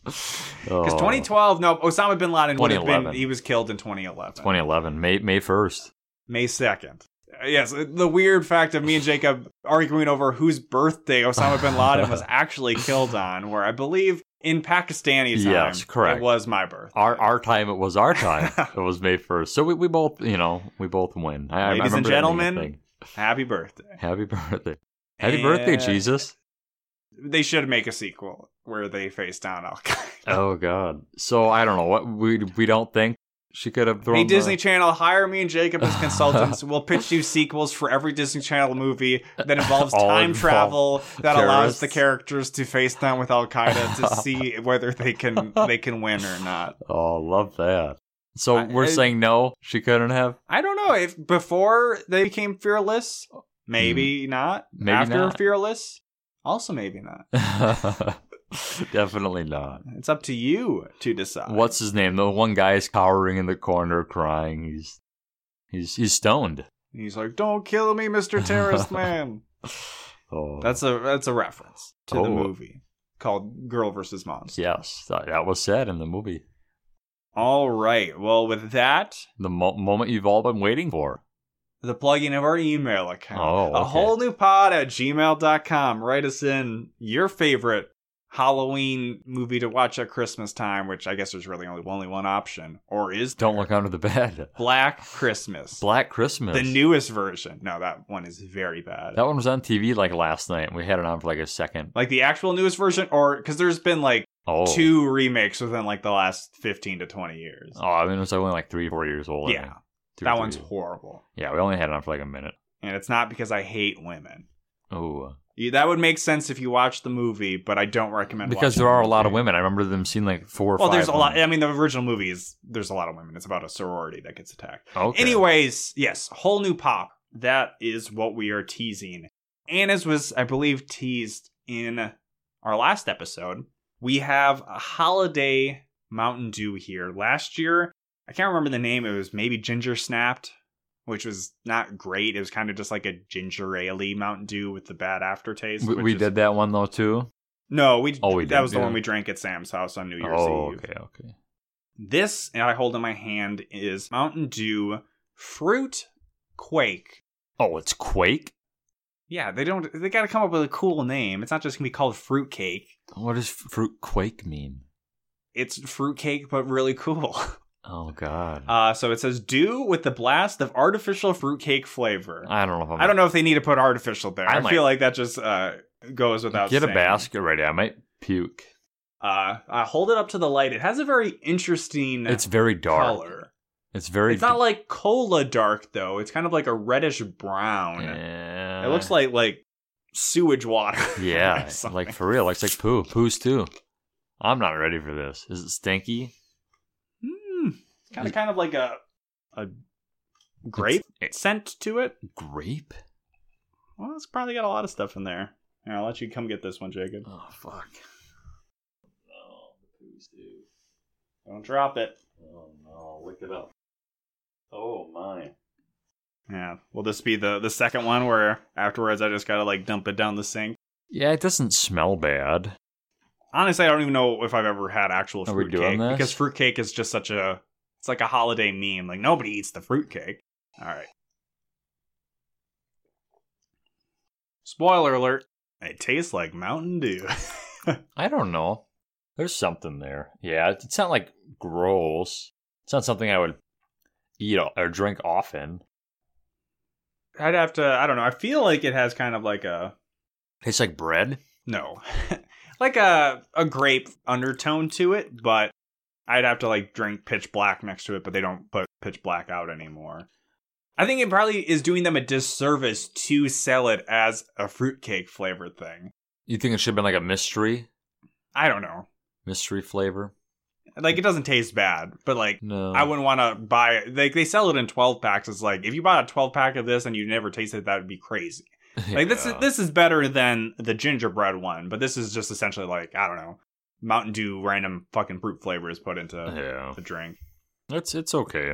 Speaker 1: Because
Speaker 2: Oh.
Speaker 1: 2012, no, Osama bin Laden would have been
Speaker 2: 2011.
Speaker 1: he was killed in 2011,
Speaker 2: 2011, May, May 1st.
Speaker 1: May 2nd. Uh, Yes, the weird fact of me and Jacob arguing over whose birthday Osama bin Laden was actually killed on, where I believe in Pakistani time,
Speaker 2: Yes, correct. Oh.
Speaker 1: it was my birthday.
Speaker 2: Our, our time, it was our time. it was May 1st. So we, we both, you know, we both win. I- I,
Speaker 1: Ladies and
Speaker 2: remember that being a
Speaker 1: gentlemen,
Speaker 2: thing.
Speaker 1: Happy birthday.
Speaker 2: happy birthday. Happy birthday,
Speaker 1: And
Speaker 2: Jesus.
Speaker 1: They should make a sequel where they face down Al Qaeda.
Speaker 2: Oh God! So I don't know what we we don't think she could have thrown.
Speaker 1: Hey
Speaker 2: the-
Speaker 1: Disney Channel, hire me and Jacob as consultants. we'll pitch you sequels for every Disney Channel movie that involves
Speaker 2: All
Speaker 1: time
Speaker 2: involve
Speaker 1: travel that allows the
Speaker 2: terrorists.
Speaker 1: characters to face down with Al Qaeda to see whether they can they can win or not.
Speaker 2: Oh, love that. So
Speaker 1: I-
Speaker 2: we're
Speaker 1: I-
Speaker 2: saying no. She couldn't have.
Speaker 1: I don't know if before they became fearless, maybe not.
Speaker 2: Hmm. Maybe
Speaker 1: After
Speaker 2: not.
Speaker 1: fearless, also maybe not.
Speaker 2: Definitely not.
Speaker 1: It's up to you to decide.
Speaker 2: What's his name? The one guy is cowering in the corner, crying. He's he's he's stoned.
Speaker 1: He's like, "Don't kill me, Mr. Terrorist Man."
Speaker 2: Oh,
Speaker 1: That's a that's a reference to the
Speaker 2: Oh.
Speaker 1: movie called Girl versus Monster.
Speaker 2: yes. That, that was said in the movie.
Speaker 1: All right. Well, with that,
Speaker 2: The mo- moment you've all been waiting for.
Speaker 1: the plugging of our email account.
Speaker 2: Oh,
Speaker 1: A
Speaker 2: okay.
Speaker 1: whole new pod at gmail.com. Write us in your favorite Halloween movie to watch at Christmas time, which I guess there's really only only one option, or is
Speaker 2: Don't look under the bed.
Speaker 1: Black Christmas.
Speaker 2: Black Christmas.
Speaker 1: The newest version. No, that one is very bad.
Speaker 2: that one was on TV like last night. We had it on for like a second.
Speaker 1: like the actual newest version, or because there's been like
Speaker 2: Oh,
Speaker 1: two remakes within like the last 15 to 20 years.
Speaker 2: Oh, I mean, it was only like three, four years old. I
Speaker 1: Yeah.
Speaker 2: think. Two or
Speaker 1: that
Speaker 2: three.
Speaker 1: one's horrible.
Speaker 2: Yeah, we only had it on for like a minute.
Speaker 1: and it's not because I hate women.
Speaker 2: Oh,
Speaker 1: You- That would make sense if you watch the movie, but I don't recommend
Speaker 2: because
Speaker 1: watching
Speaker 2: there
Speaker 1: the
Speaker 2: are a lot of
Speaker 1: movie.
Speaker 2: women. I remember them seeing like four. or
Speaker 1: Well,
Speaker 2: five
Speaker 1: there's a lot. I
Speaker 2: women.
Speaker 1: mean, the original movie is there's a lot of women. It's about a sorority that gets attacked.
Speaker 2: Okay.
Speaker 1: Anyways, yes, whole new pop. That is what we are teasing. And as was, I believe, teased in our last episode, we have a holiday Mountain Dew here. Last year, I can't remember the name. It was maybe Ginger Snapped, which was not great. It was kind of just like a ginger ale Mountain Dew with the bad aftertaste.
Speaker 2: we,
Speaker 1: which
Speaker 2: we
Speaker 1: is-
Speaker 2: did that one though too.
Speaker 1: No, we.
Speaker 2: Oh, we
Speaker 1: that
Speaker 2: did
Speaker 1: was the
Speaker 2: do
Speaker 1: one
Speaker 2: it.
Speaker 1: we drank at Sam's house on New Year's
Speaker 2: Oh,
Speaker 1: Eve.
Speaker 2: okay, okay.
Speaker 1: This and I hold in my hand is Mountain Dew Fruit Quake.
Speaker 2: Oh, it's Quake.
Speaker 1: Yeah, they don't. They got to come up with a cool name. It's not just gonna be called Fruit Cake.
Speaker 2: What does fruit Quake mean?
Speaker 1: It's fruit cake, but really cool.
Speaker 2: Oh God,
Speaker 1: Uh, so it says Dew with the blast of artificial fruitcake flavor.
Speaker 2: I don't know if I'm.
Speaker 1: I don't know if they need to put artificial there.
Speaker 2: I
Speaker 1: I,
Speaker 2: might-
Speaker 1: feel like that just uh, goes without.
Speaker 2: Get a
Speaker 1: saying.
Speaker 2: basket ready. I might puke.
Speaker 1: Uh, I hold it up to the light. It has a very interesting
Speaker 2: It's very dark.
Speaker 1: color.
Speaker 2: It's very.
Speaker 1: It's not like cola dark though. It's kind of like a reddish brown.
Speaker 2: Yeah.
Speaker 1: It looks like like sewage water.
Speaker 2: Yeah,
Speaker 1: or something.
Speaker 2: like for real. Looks like poo. Poo's too. I'm not ready for this. Is it stinky?
Speaker 1: Mm, kind of kind of like a a grape scent to it.
Speaker 2: Grape?
Speaker 1: Well, it's probably got a lot of stuff in there. Here, I'll let you come get this one, Jacob.
Speaker 2: Oh fuck. No, the poo's too.
Speaker 1: Don't drop it.
Speaker 2: Oh no, look it up. Oh my.
Speaker 1: Yeah. Will this be the the second one where afterwards I just gotta like dump it down the sink?
Speaker 2: Yeah, it doesn't smell bad.
Speaker 1: Honestly, I don't even know if I've ever had actual
Speaker 2: Are we
Speaker 1: fruitcake
Speaker 2: doing this?
Speaker 1: because fruitcake is just such a it's like a holiday meme. Like nobody eats the fruitcake. All right. Spoiler alert. It tastes like Mountain Dew.
Speaker 2: I don't know. There's something there. Yeah, it- it's not like gross. It's not something I would eat o- or drink often.
Speaker 1: I'd have to I don't know. I feel like it has kind of like a
Speaker 2: Tastes like bread.
Speaker 1: no. like a a grape undertone to it, but I'd have to like drink pitch black next to it, but they don't put pitch black out anymore. I think it probably is doing them a disservice to sell it as a fruitcake flavored thing.
Speaker 2: You think it should have been like a mystery,
Speaker 1: I don't know.
Speaker 2: mystery flavor?
Speaker 1: Like it doesn't taste bad, but like
Speaker 2: No,
Speaker 1: I wouldn't want to buy it. Like they sell it in 12 packs. It's like if you bought a 12 pack of this and you never tasted it, that would be crazy. Like this is
Speaker 2: Yeah.
Speaker 1: this is better than the gingerbread one, but this is just essentially like I don't know, Mountain Dew random fucking fruit flavors put into
Speaker 2: Yeah,
Speaker 1: the drink.
Speaker 2: it's it's okay.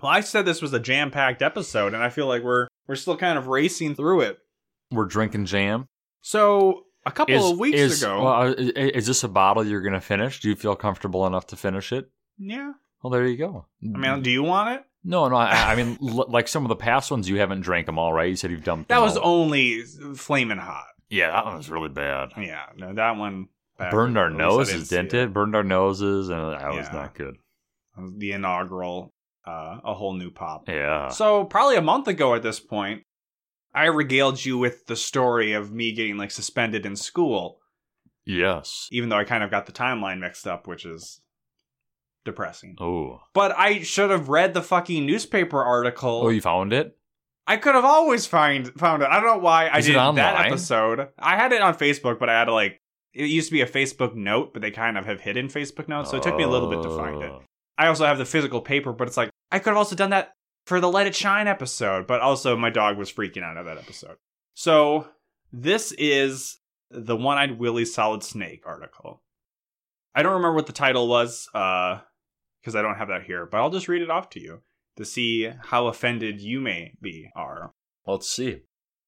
Speaker 1: Well, I said this was a jam packed episode, and I feel like we're we're still kind of racing through it.
Speaker 2: We're drinking jam.
Speaker 1: So a couple
Speaker 2: Is-
Speaker 1: of weeks
Speaker 2: is-
Speaker 1: ago,
Speaker 2: well, uh, i- is this a bottle you're gonna finish? Do you feel comfortable enough to finish it?
Speaker 1: yeah.
Speaker 2: Well, there you go.
Speaker 1: I mean, do you want it?
Speaker 2: no, no. I, I mean, l- like some of the past ones, you haven't drank them all, right? You said you've dumped.
Speaker 1: That
Speaker 2: them
Speaker 1: was
Speaker 2: all.
Speaker 1: only flaming hot.
Speaker 2: Yeah, that one was really bad.
Speaker 1: Yeah, no, that one
Speaker 2: Burned our
Speaker 1: at least I didn't
Speaker 2: noses, didn't
Speaker 1: see
Speaker 2: it? Burned our noses, and that was
Speaker 1: Yeah.
Speaker 2: not good.
Speaker 1: it. The inaugural, uh, a whole new pop.
Speaker 2: Yeah.
Speaker 1: Uh. So probably a month ago at this point, I regaled you with the story of me getting like suspended in school,
Speaker 2: yes.
Speaker 1: even though I kind of got the timeline mixed up, which is depressing.
Speaker 2: Oh.
Speaker 1: But I should have read the fucking newspaper article.
Speaker 2: Oh, you found it?
Speaker 1: I could have always find found it. I don't know why I
Speaker 2: Is it
Speaker 1: did that
Speaker 2: online?
Speaker 1: episode. I had it on Facebook, but I had to like it used to be a Facebook note, but they kind of have hidden Facebook notes, so it took me a little bit to find it.
Speaker 2: Oh.
Speaker 1: I also have the physical paper, but it's like I could have also done that for the Let It Shine episode, but also my dog was freaking out at that episode. So this is the One Eyed Willy Solid Snake article. I don't remember what the title was because I don't have that here, but I'll just read it off to you to see how offended you may be. Are
Speaker 2: Let's see.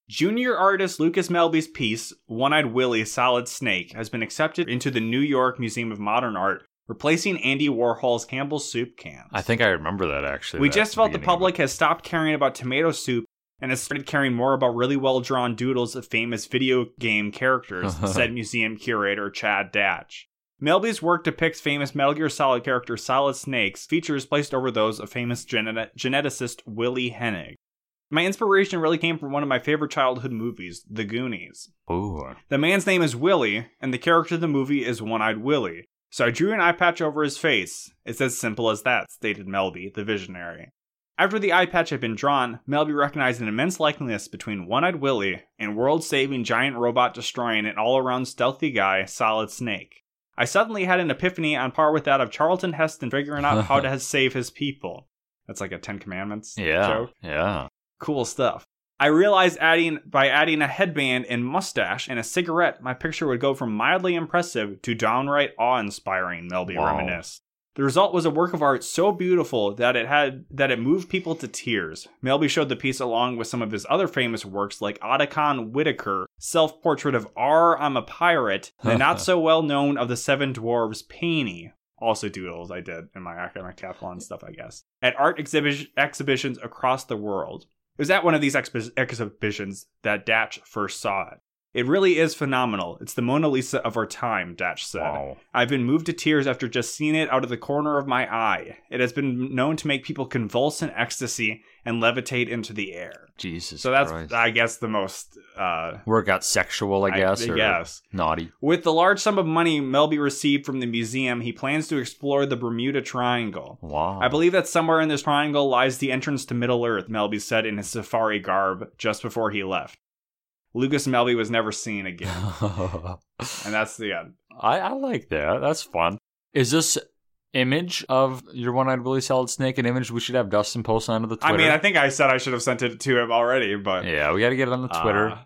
Speaker 1: Junior artist Lucas Melby's piece, One Eyed Willy Solid Snake, has been accepted into the New York Museum of Modern Art, replacing Andy Warhol's Campbell's Soup cans.
Speaker 2: I think I remember that actually.
Speaker 1: We
Speaker 2: that
Speaker 1: just felt the
Speaker 2: beginning of
Speaker 1: public has stopped caring about tomato soup and has started caring more about really well drawn doodles of famous video game characters, said museum curator Chad Datch. Melby's work depicts famous Metal Gear Solid character Solid Snake's features placed over those of famous genet- geneticist Willie Hennig. My inspiration really came from one of my favorite childhood movies, The Goonies.
Speaker 2: it. Ooh.
Speaker 1: The man's name is Willie, and the character of the movie is One Eyed Willie, so I drew an eye patch over his face. It's as simple as that, stated Melby, the visionary. After the eye patch had been drawn, Melby recognized an immense likeness between One Eyed Willie and world saving, giant robot destroying, and all around stealthy guy, Solid Snake. I suddenly had an epiphany on par with that of Charlton Heston figuring out how to save his people. That's like a Ten Commandments
Speaker 2: Yeah.
Speaker 1: joke
Speaker 2: Yeah.
Speaker 1: cool stuff. I realized adding by adding a headband and mustache and a cigarette, my picture would go from mildly impressive to downright awe-inspiring. Melby
Speaker 2: Wow.
Speaker 1: reminisced. The result was a work of art so beautiful that it had that it moved people to tears. Melby showed the piece along with some of his other famous works like Otacon Whitaker, self-portrait of R. I'm a pirate, and the not so well known of the Seven Dwarves painting also doodles I did in my academic Teflon stuff, I guess, at art exhibi- exhibitions across the world. It was at one of these expi- exhibitions that Datch first saw it. It really is phenomenal. It's the Mona Lisa of our time, Datch said.
Speaker 2: Wow.
Speaker 1: I've been moved to tears after just seeing it out of the corner of my eye. It has been known to make people convulse in ecstasy and levitate into the air.
Speaker 2: Jesus.
Speaker 1: So that's,
Speaker 2: Christ.
Speaker 1: I guess, the most, uh,
Speaker 2: where it got sexual, I guess, or
Speaker 1: yes.
Speaker 2: naughty.
Speaker 1: With the large sum of money Melby received from the museum, he plans to explore the Bermuda Triangle.
Speaker 2: Wow.
Speaker 1: I believe that somewhere in this triangle lies the entrance to Middle Earth, Melby said in his safari garb just before he left. Lucas Melby was never seen again.
Speaker 2: I,
Speaker 1: And that's the end.
Speaker 2: I like that. That's fun. Is this image of your one-eyed Willie solid snake an image we should have Dustin post onto the Twitter?
Speaker 1: I mean, I think I said I should have sent it to him already, but.
Speaker 2: yeah,
Speaker 1: Ah,
Speaker 2: we got to get it on the Twitter.
Speaker 1: Uh,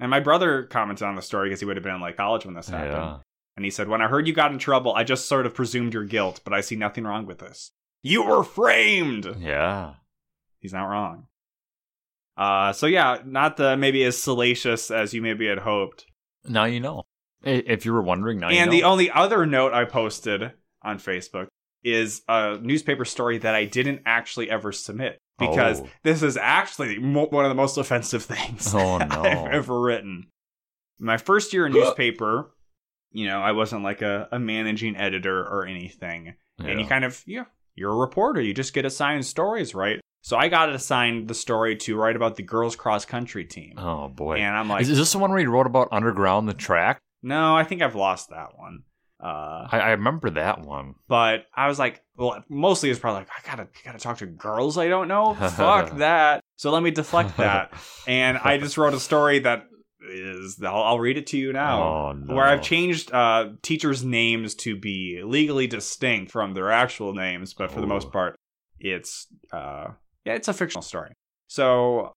Speaker 1: and my brother commented on the story because he would have been in like college when this happened.
Speaker 2: yeah.
Speaker 1: And he said, When I heard you got in trouble, I just sort of presumed your guilt, but I see nothing wrong with this. You were framed!
Speaker 2: Yeah.
Speaker 1: He's not wrong. Uh, so yeah, not the maybe as salacious as you maybe had hoped.
Speaker 2: Now you know. I- If you were wondering, now
Speaker 1: and
Speaker 2: you
Speaker 1: the
Speaker 2: know. Oh.
Speaker 1: only other note I posted on Facebook is a newspaper story that I didn't actually ever submit because
Speaker 2: Oh.
Speaker 1: this is actually mo- one of the most offensive things
Speaker 2: Oh, no.
Speaker 1: I've ever written. My first year in newspaper, you know, I wasn't like a, a managing editor or anything and you
Speaker 2: Yeah.
Speaker 1: kind of yeah you're a reporter you just get assigned stories right so i got assigned the story to write about the girls cross country team
Speaker 2: oh boy.
Speaker 1: and i'm like
Speaker 2: is, is this the one where you wrote about underground the track?
Speaker 1: no i think i've lost that one uh,
Speaker 2: I, I remember that one.
Speaker 1: but i was like well mostly it's probably like i gotta gotta talk to girls i don't know fuck that so let me deflect that and i just wrote a story that is i'll, I'll read it to you now
Speaker 2: Oh, no.
Speaker 1: Where I've changed uh, teachers' names to be legally distinct from their actual names, but for the
Speaker 2: Ooh.
Speaker 1: most part, it's uh, yeah, it's a fictional story. So,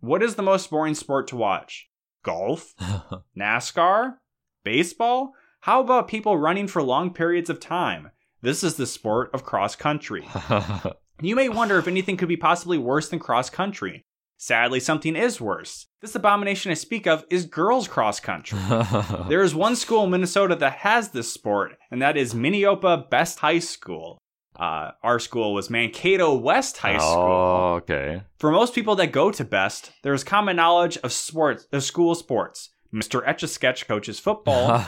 Speaker 1: what is the most boring sport to watch? Golf, NASCAR, baseball. How about people running for long periods of time? This is the sport of cross country. You may wonder if anything could be possibly worse than cross country. Sadly, something is worse. This abomination I speak of is girls' cross country. There is one school in Minnesota that has this sport, and that is Minneopa Best High School. Uh, our school was Mankato West High School.
Speaker 2: Oh, okay.
Speaker 1: For most people that go to Best, there is common knowledge of sports, of school sports. Mr. Etch a Sketch coaches football.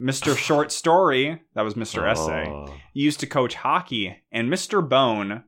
Speaker 1: Mr. Short Story, that was Mr. Essay,
Speaker 2: Oh,
Speaker 1: used to coach hockey, and Mr. Bone,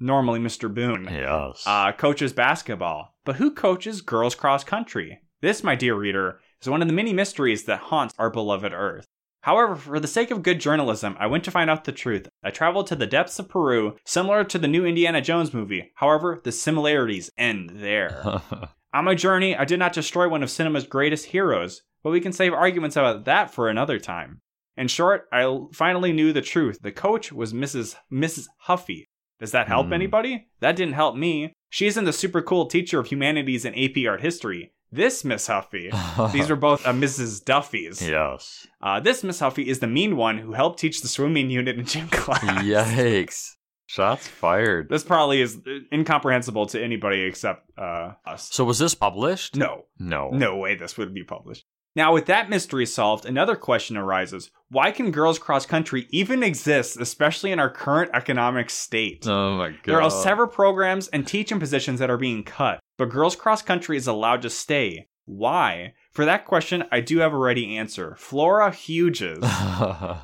Speaker 1: normally Mr. Boone,
Speaker 2: Yes.
Speaker 1: uh, coaches basketball, but who coaches girls cross country? This, my dear reader, is one of the many mysteries that haunts our beloved Earth. However, for the sake of good journalism, I went to find out the truth. I traveled to the depths of Peru, similar to the new Indiana Jones movie. However, the similarities end there. On my journey, I did not destroy one of cinema's greatest heroes, but we can save arguments about that for another time. In short, I l- finally knew the truth. The coach was Mrs. Mrs. Huffy. Does that help
Speaker 2: Hmm.
Speaker 1: anybody? That didn't help me. She isn't the super cool teacher of humanities and AP Art History. This Miss Huffy. These were both uh, Mrs. Duffy's.
Speaker 2: yes.
Speaker 1: Uh, this Miss Huffy is the mean one who helped teach the swimming unit in gym class.
Speaker 2: Yikes. Shots fired.
Speaker 1: This probably is uh, incomprehensible to anybody except uh, us.
Speaker 2: So was this published?
Speaker 1: No,
Speaker 2: No.
Speaker 1: No way this would be published. Now, with that mystery solved, another question arises why can girls cross country even exist, especially in our current economic state?
Speaker 2: Oh my god.
Speaker 1: There are several programs and teaching positions that are being cut, but girls cross country is allowed to stay. Why? For that question, I do have a ready answer. Flora Hughes.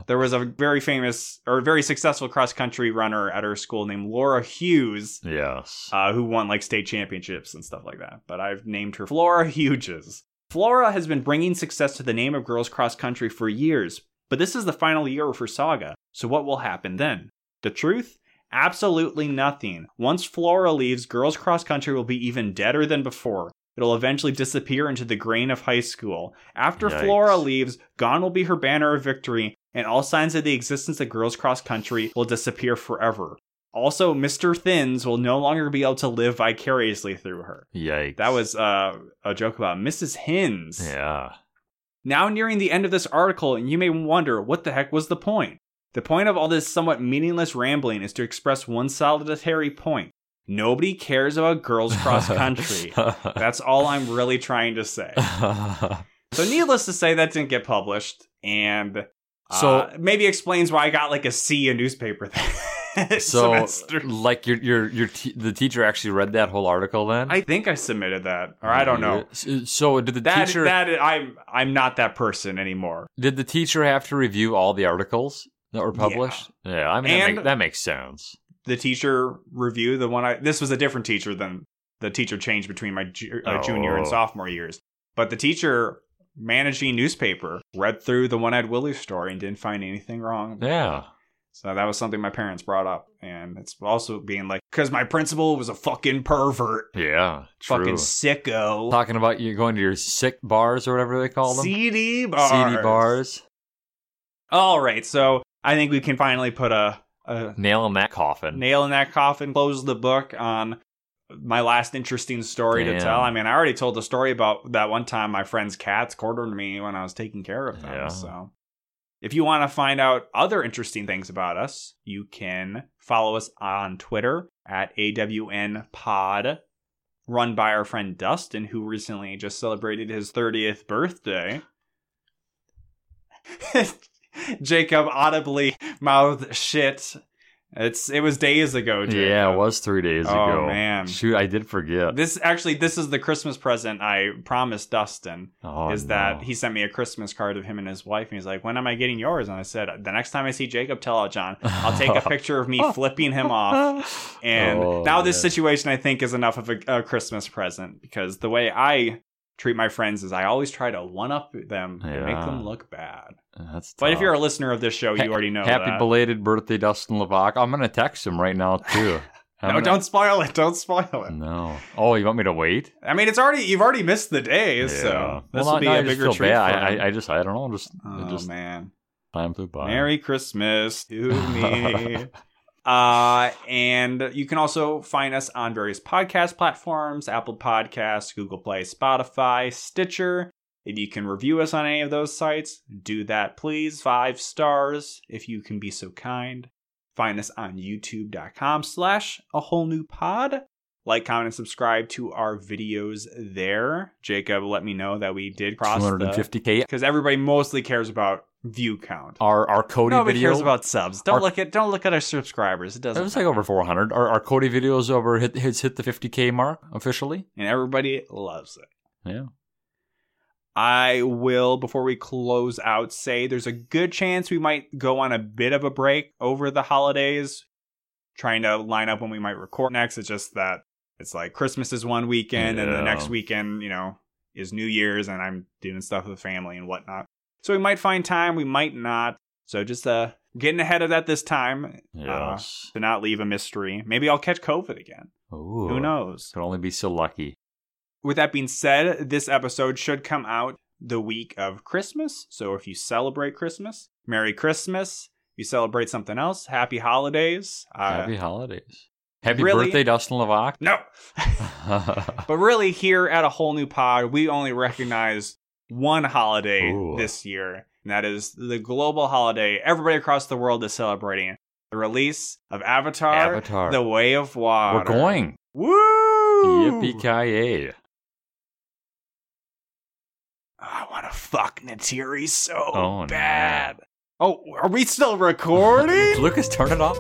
Speaker 1: there was a very famous or very successful cross country runner at her school named Laura Hughes
Speaker 2: yes.
Speaker 1: uh, who won like state championships and stuff like that. But I've named her Flora Hughes. Flora has been bringing success to the name of girls cross country for years, but this is the final year of her saga. So what will happen then? The truth? Absolutely nothing. Once Flora leaves, girls cross country will be even deader than before. It'll eventually disappear into the grain of high school. After
Speaker 2: Yikes.
Speaker 1: Flora leaves, gone will be her banner of victory, and all signs of the existence of girls cross country will disappear forever. Also, Mr. Thins will no longer be able to live vicariously through her.
Speaker 2: Yikes.
Speaker 1: That was uh, a joke about Mrs. Hins.
Speaker 2: Yeah.
Speaker 1: Now nearing the end of this article, and you may wonder what the heck was the point? The point of all this somewhat meaningless rambling is to express one solitary point. Nobody cares about girls cross country. That's all I'm really trying to say. So needless to say, that didn't get published, and so
Speaker 2: So-
Speaker 1: maybe explains why I got like a C in newspaper that
Speaker 2: so,
Speaker 1: semester.
Speaker 2: like your your your te- the teacher actually read that whole article then?
Speaker 1: I think I submitted that, or I don't know.
Speaker 2: So- So did the
Speaker 1: That
Speaker 2: teacher
Speaker 1: that I'm I'm not that person anymore.
Speaker 2: did the teacher have to review all the articles that were published? Yeah, I mean that,
Speaker 1: And-
Speaker 2: make, that makes sense.
Speaker 1: The teacher review the one I this was a different teacher than the teacher changed between my ju- uh, junior and
Speaker 2: Oh.
Speaker 1: sophomore years. But the teacher managing newspaper read through the one-eyed Willie story and didn't find anything wrong.
Speaker 2: Yeah.
Speaker 1: So that was something my parents brought up, and it's also being like because my principal was a fucking pervert,
Speaker 2: Yeah. True.
Speaker 1: fucking sicko,
Speaker 2: Talking about you going to your sick bars or whatever they call them.
Speaker 1: CD bars.
Speaker 2: CD bars.
Speaker 1: All right, so I think we can finally put a, a
Speaker 2: Nail in that coffin.
Speaker 1: nail in that coffin, close the book on my last interesting story to
Speaker 2: Damn.
Speaker 1: tell. I mean, I already told the story about that one time my friend's cats cornered me when I was taking care of them.
Speaker 2: Yeah.
Speaker 1: So If you want to find out other interesting things about us, you can follow us on Twitter at AWN Pod, run by our friend Dustin, who recently just celebrated his 30th birthday. Jacob audibly mouthed shit. It's it was days ago, Jacob.
Speaker 2: Yeah, it was three days
Speaker 1: Oh,
Speaker 2: ago.
Speaker 1: man.
Speaker 2: Shoot, I did forget.
Speaker 1: This actually this is the Christmas present I promised Dustin.
Speaker 2: Oh,
Speaker 1: is that
Speaker 2: no.
Speaker 1: he sent me a Christmas card of him and his wife, and he's like, "When am I getting yours?" And I said, "The next time I see Jacob Telejohn, I'll take a picture of me flipping him off." And
Speaker 2: Oh,
Speaker 1: now this
Speaker 2: man.
Speaker 1: situation, I think, is enough of a, a Christmas present because the way I treat my friends is I always try to one up them and make
Speaker 2: Yeah.
Speaker 1: them look bad.
Speaker 2: That's
Speaker 1: But if
Speaker 2: tough.
Speaker 1: you're a listener of this show, you already know
Speaker 2: happy
Speaker 1: that.
Speaker 2: belated birthday, Dustin Levac, I'm gonna text him right now too. I'm
Speaker 1: no,
Speaker 2: gonna-
Speaker 1: don't spoil it. Don't spoil it.
Speaker 2: No. Oh, you want me to wait?
Speaker 1: I mean, it's already you've already missed the day,
Speaker 2: Yeah.
Speaker 1: so this
Speaker 2: well,
Speaker 1: will be
Speaker 2: no,
Speaker 1: a
Speaker 2: I just
Speaker 1: bigger
Speaker 2: feel
Speaker 1: treat.
Speaker 2: bad.
Speaker 1: for him.
Speaker 2: I, I, I just I don't know. Just
Speaker 1: oh
Speaker 2: it just
Speaker 1: man.
Speaker 2: time flew by.
Speaker 1: Merry Christmas to me. uh, and you can also find us on various podcast platforms Apple Podcasts, Google Play, Spotify, Stitcher. If you can review us on any of those sites, do that please. Five stars if you can be so kind. Find us on youtube.com slash a whole new pod. Like, comment, and subscribe to our videos there. Jacob let me know that we did cross the
Speaker 2: 250k.
Speaker 1: because everybody mostly cares about view count.
Speaker 2: Our our Cody
Speaker 1: Nobody
Speaker 2: video.
Speaker 1: cares about subs. Don't
Speaker 2: Our-
Speaker 1: look at don't look at our subscribers. It
Speaker 2: it
Speaker 1: doesn't.
Speaker 2: was like
Speaker 1: matter.
Speaker 2: over 400. Our, our Cody videos over hit hits hit the 50k mark officially.
Speaker 1: and everybody loves it.
Speaker 2: Yeah.
Speaker 1: I will before we close out say there's a good chance we might go on a bit of a break over the holidays, trying to line up when we might record next. It's just that it's like Christmas is one weekend and the
Speaker 2: Yeah.
Speaker 1: next weekend, you know, is New Year's and I'm doing stuff with the family and whatnot. So we might find time, we might not. So just uh getting ahead of that this time
Speaker 2: Yes.
Speaker 1: to not leave a mystery. Maybe I'll catch COVID again.
Speaker 2: Ooh.
Speaker 1: Uh-huh. Who knows?
Speaker 2: Could only be so lucky.
Speaker 1: With that being said, this episode should come out the week of Christmas. So if you celebrate Christmas, Merry Christmas. If you celebrate something else, Happy Holidays. Uh,
Speaker 2: Happy holidays. Happy
Speaker 1: really?
Speaker 2: birthday, Dustin Levac.
Speaker 1: no, but really, here at a whole new pod, we only recognize one holiday
Speaker 2: Ooh.
Speaker 1: this year, and that is the global holiday everybody across the world is celebrating: the release of Avatar:
Speaker 2: Avatar.
Speaker 1: The Way of Water.
Speaker 2: We're going.
Speaker 1: Woo!
Speaker 2: Yippee ki
Speaker 1: I want to Oh, fuck Natiri so
Speaker 2: Oh, no.
Speaker 1: bad. Oh, are we still recording?
Speaker 2: Lucas, turn it off.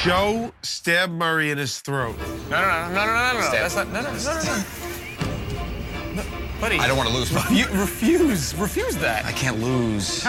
Speaker 3: Joe stabbed Murray in his throat.
Speaker 4: No, no, no, no, no, no, no. That's not. No, no, no, no, no. No, Buddy,
Speaker 5: I don't want to lose, but
Speaker 4: you refuse. Refuse that.
Speaker 5: I can't lose.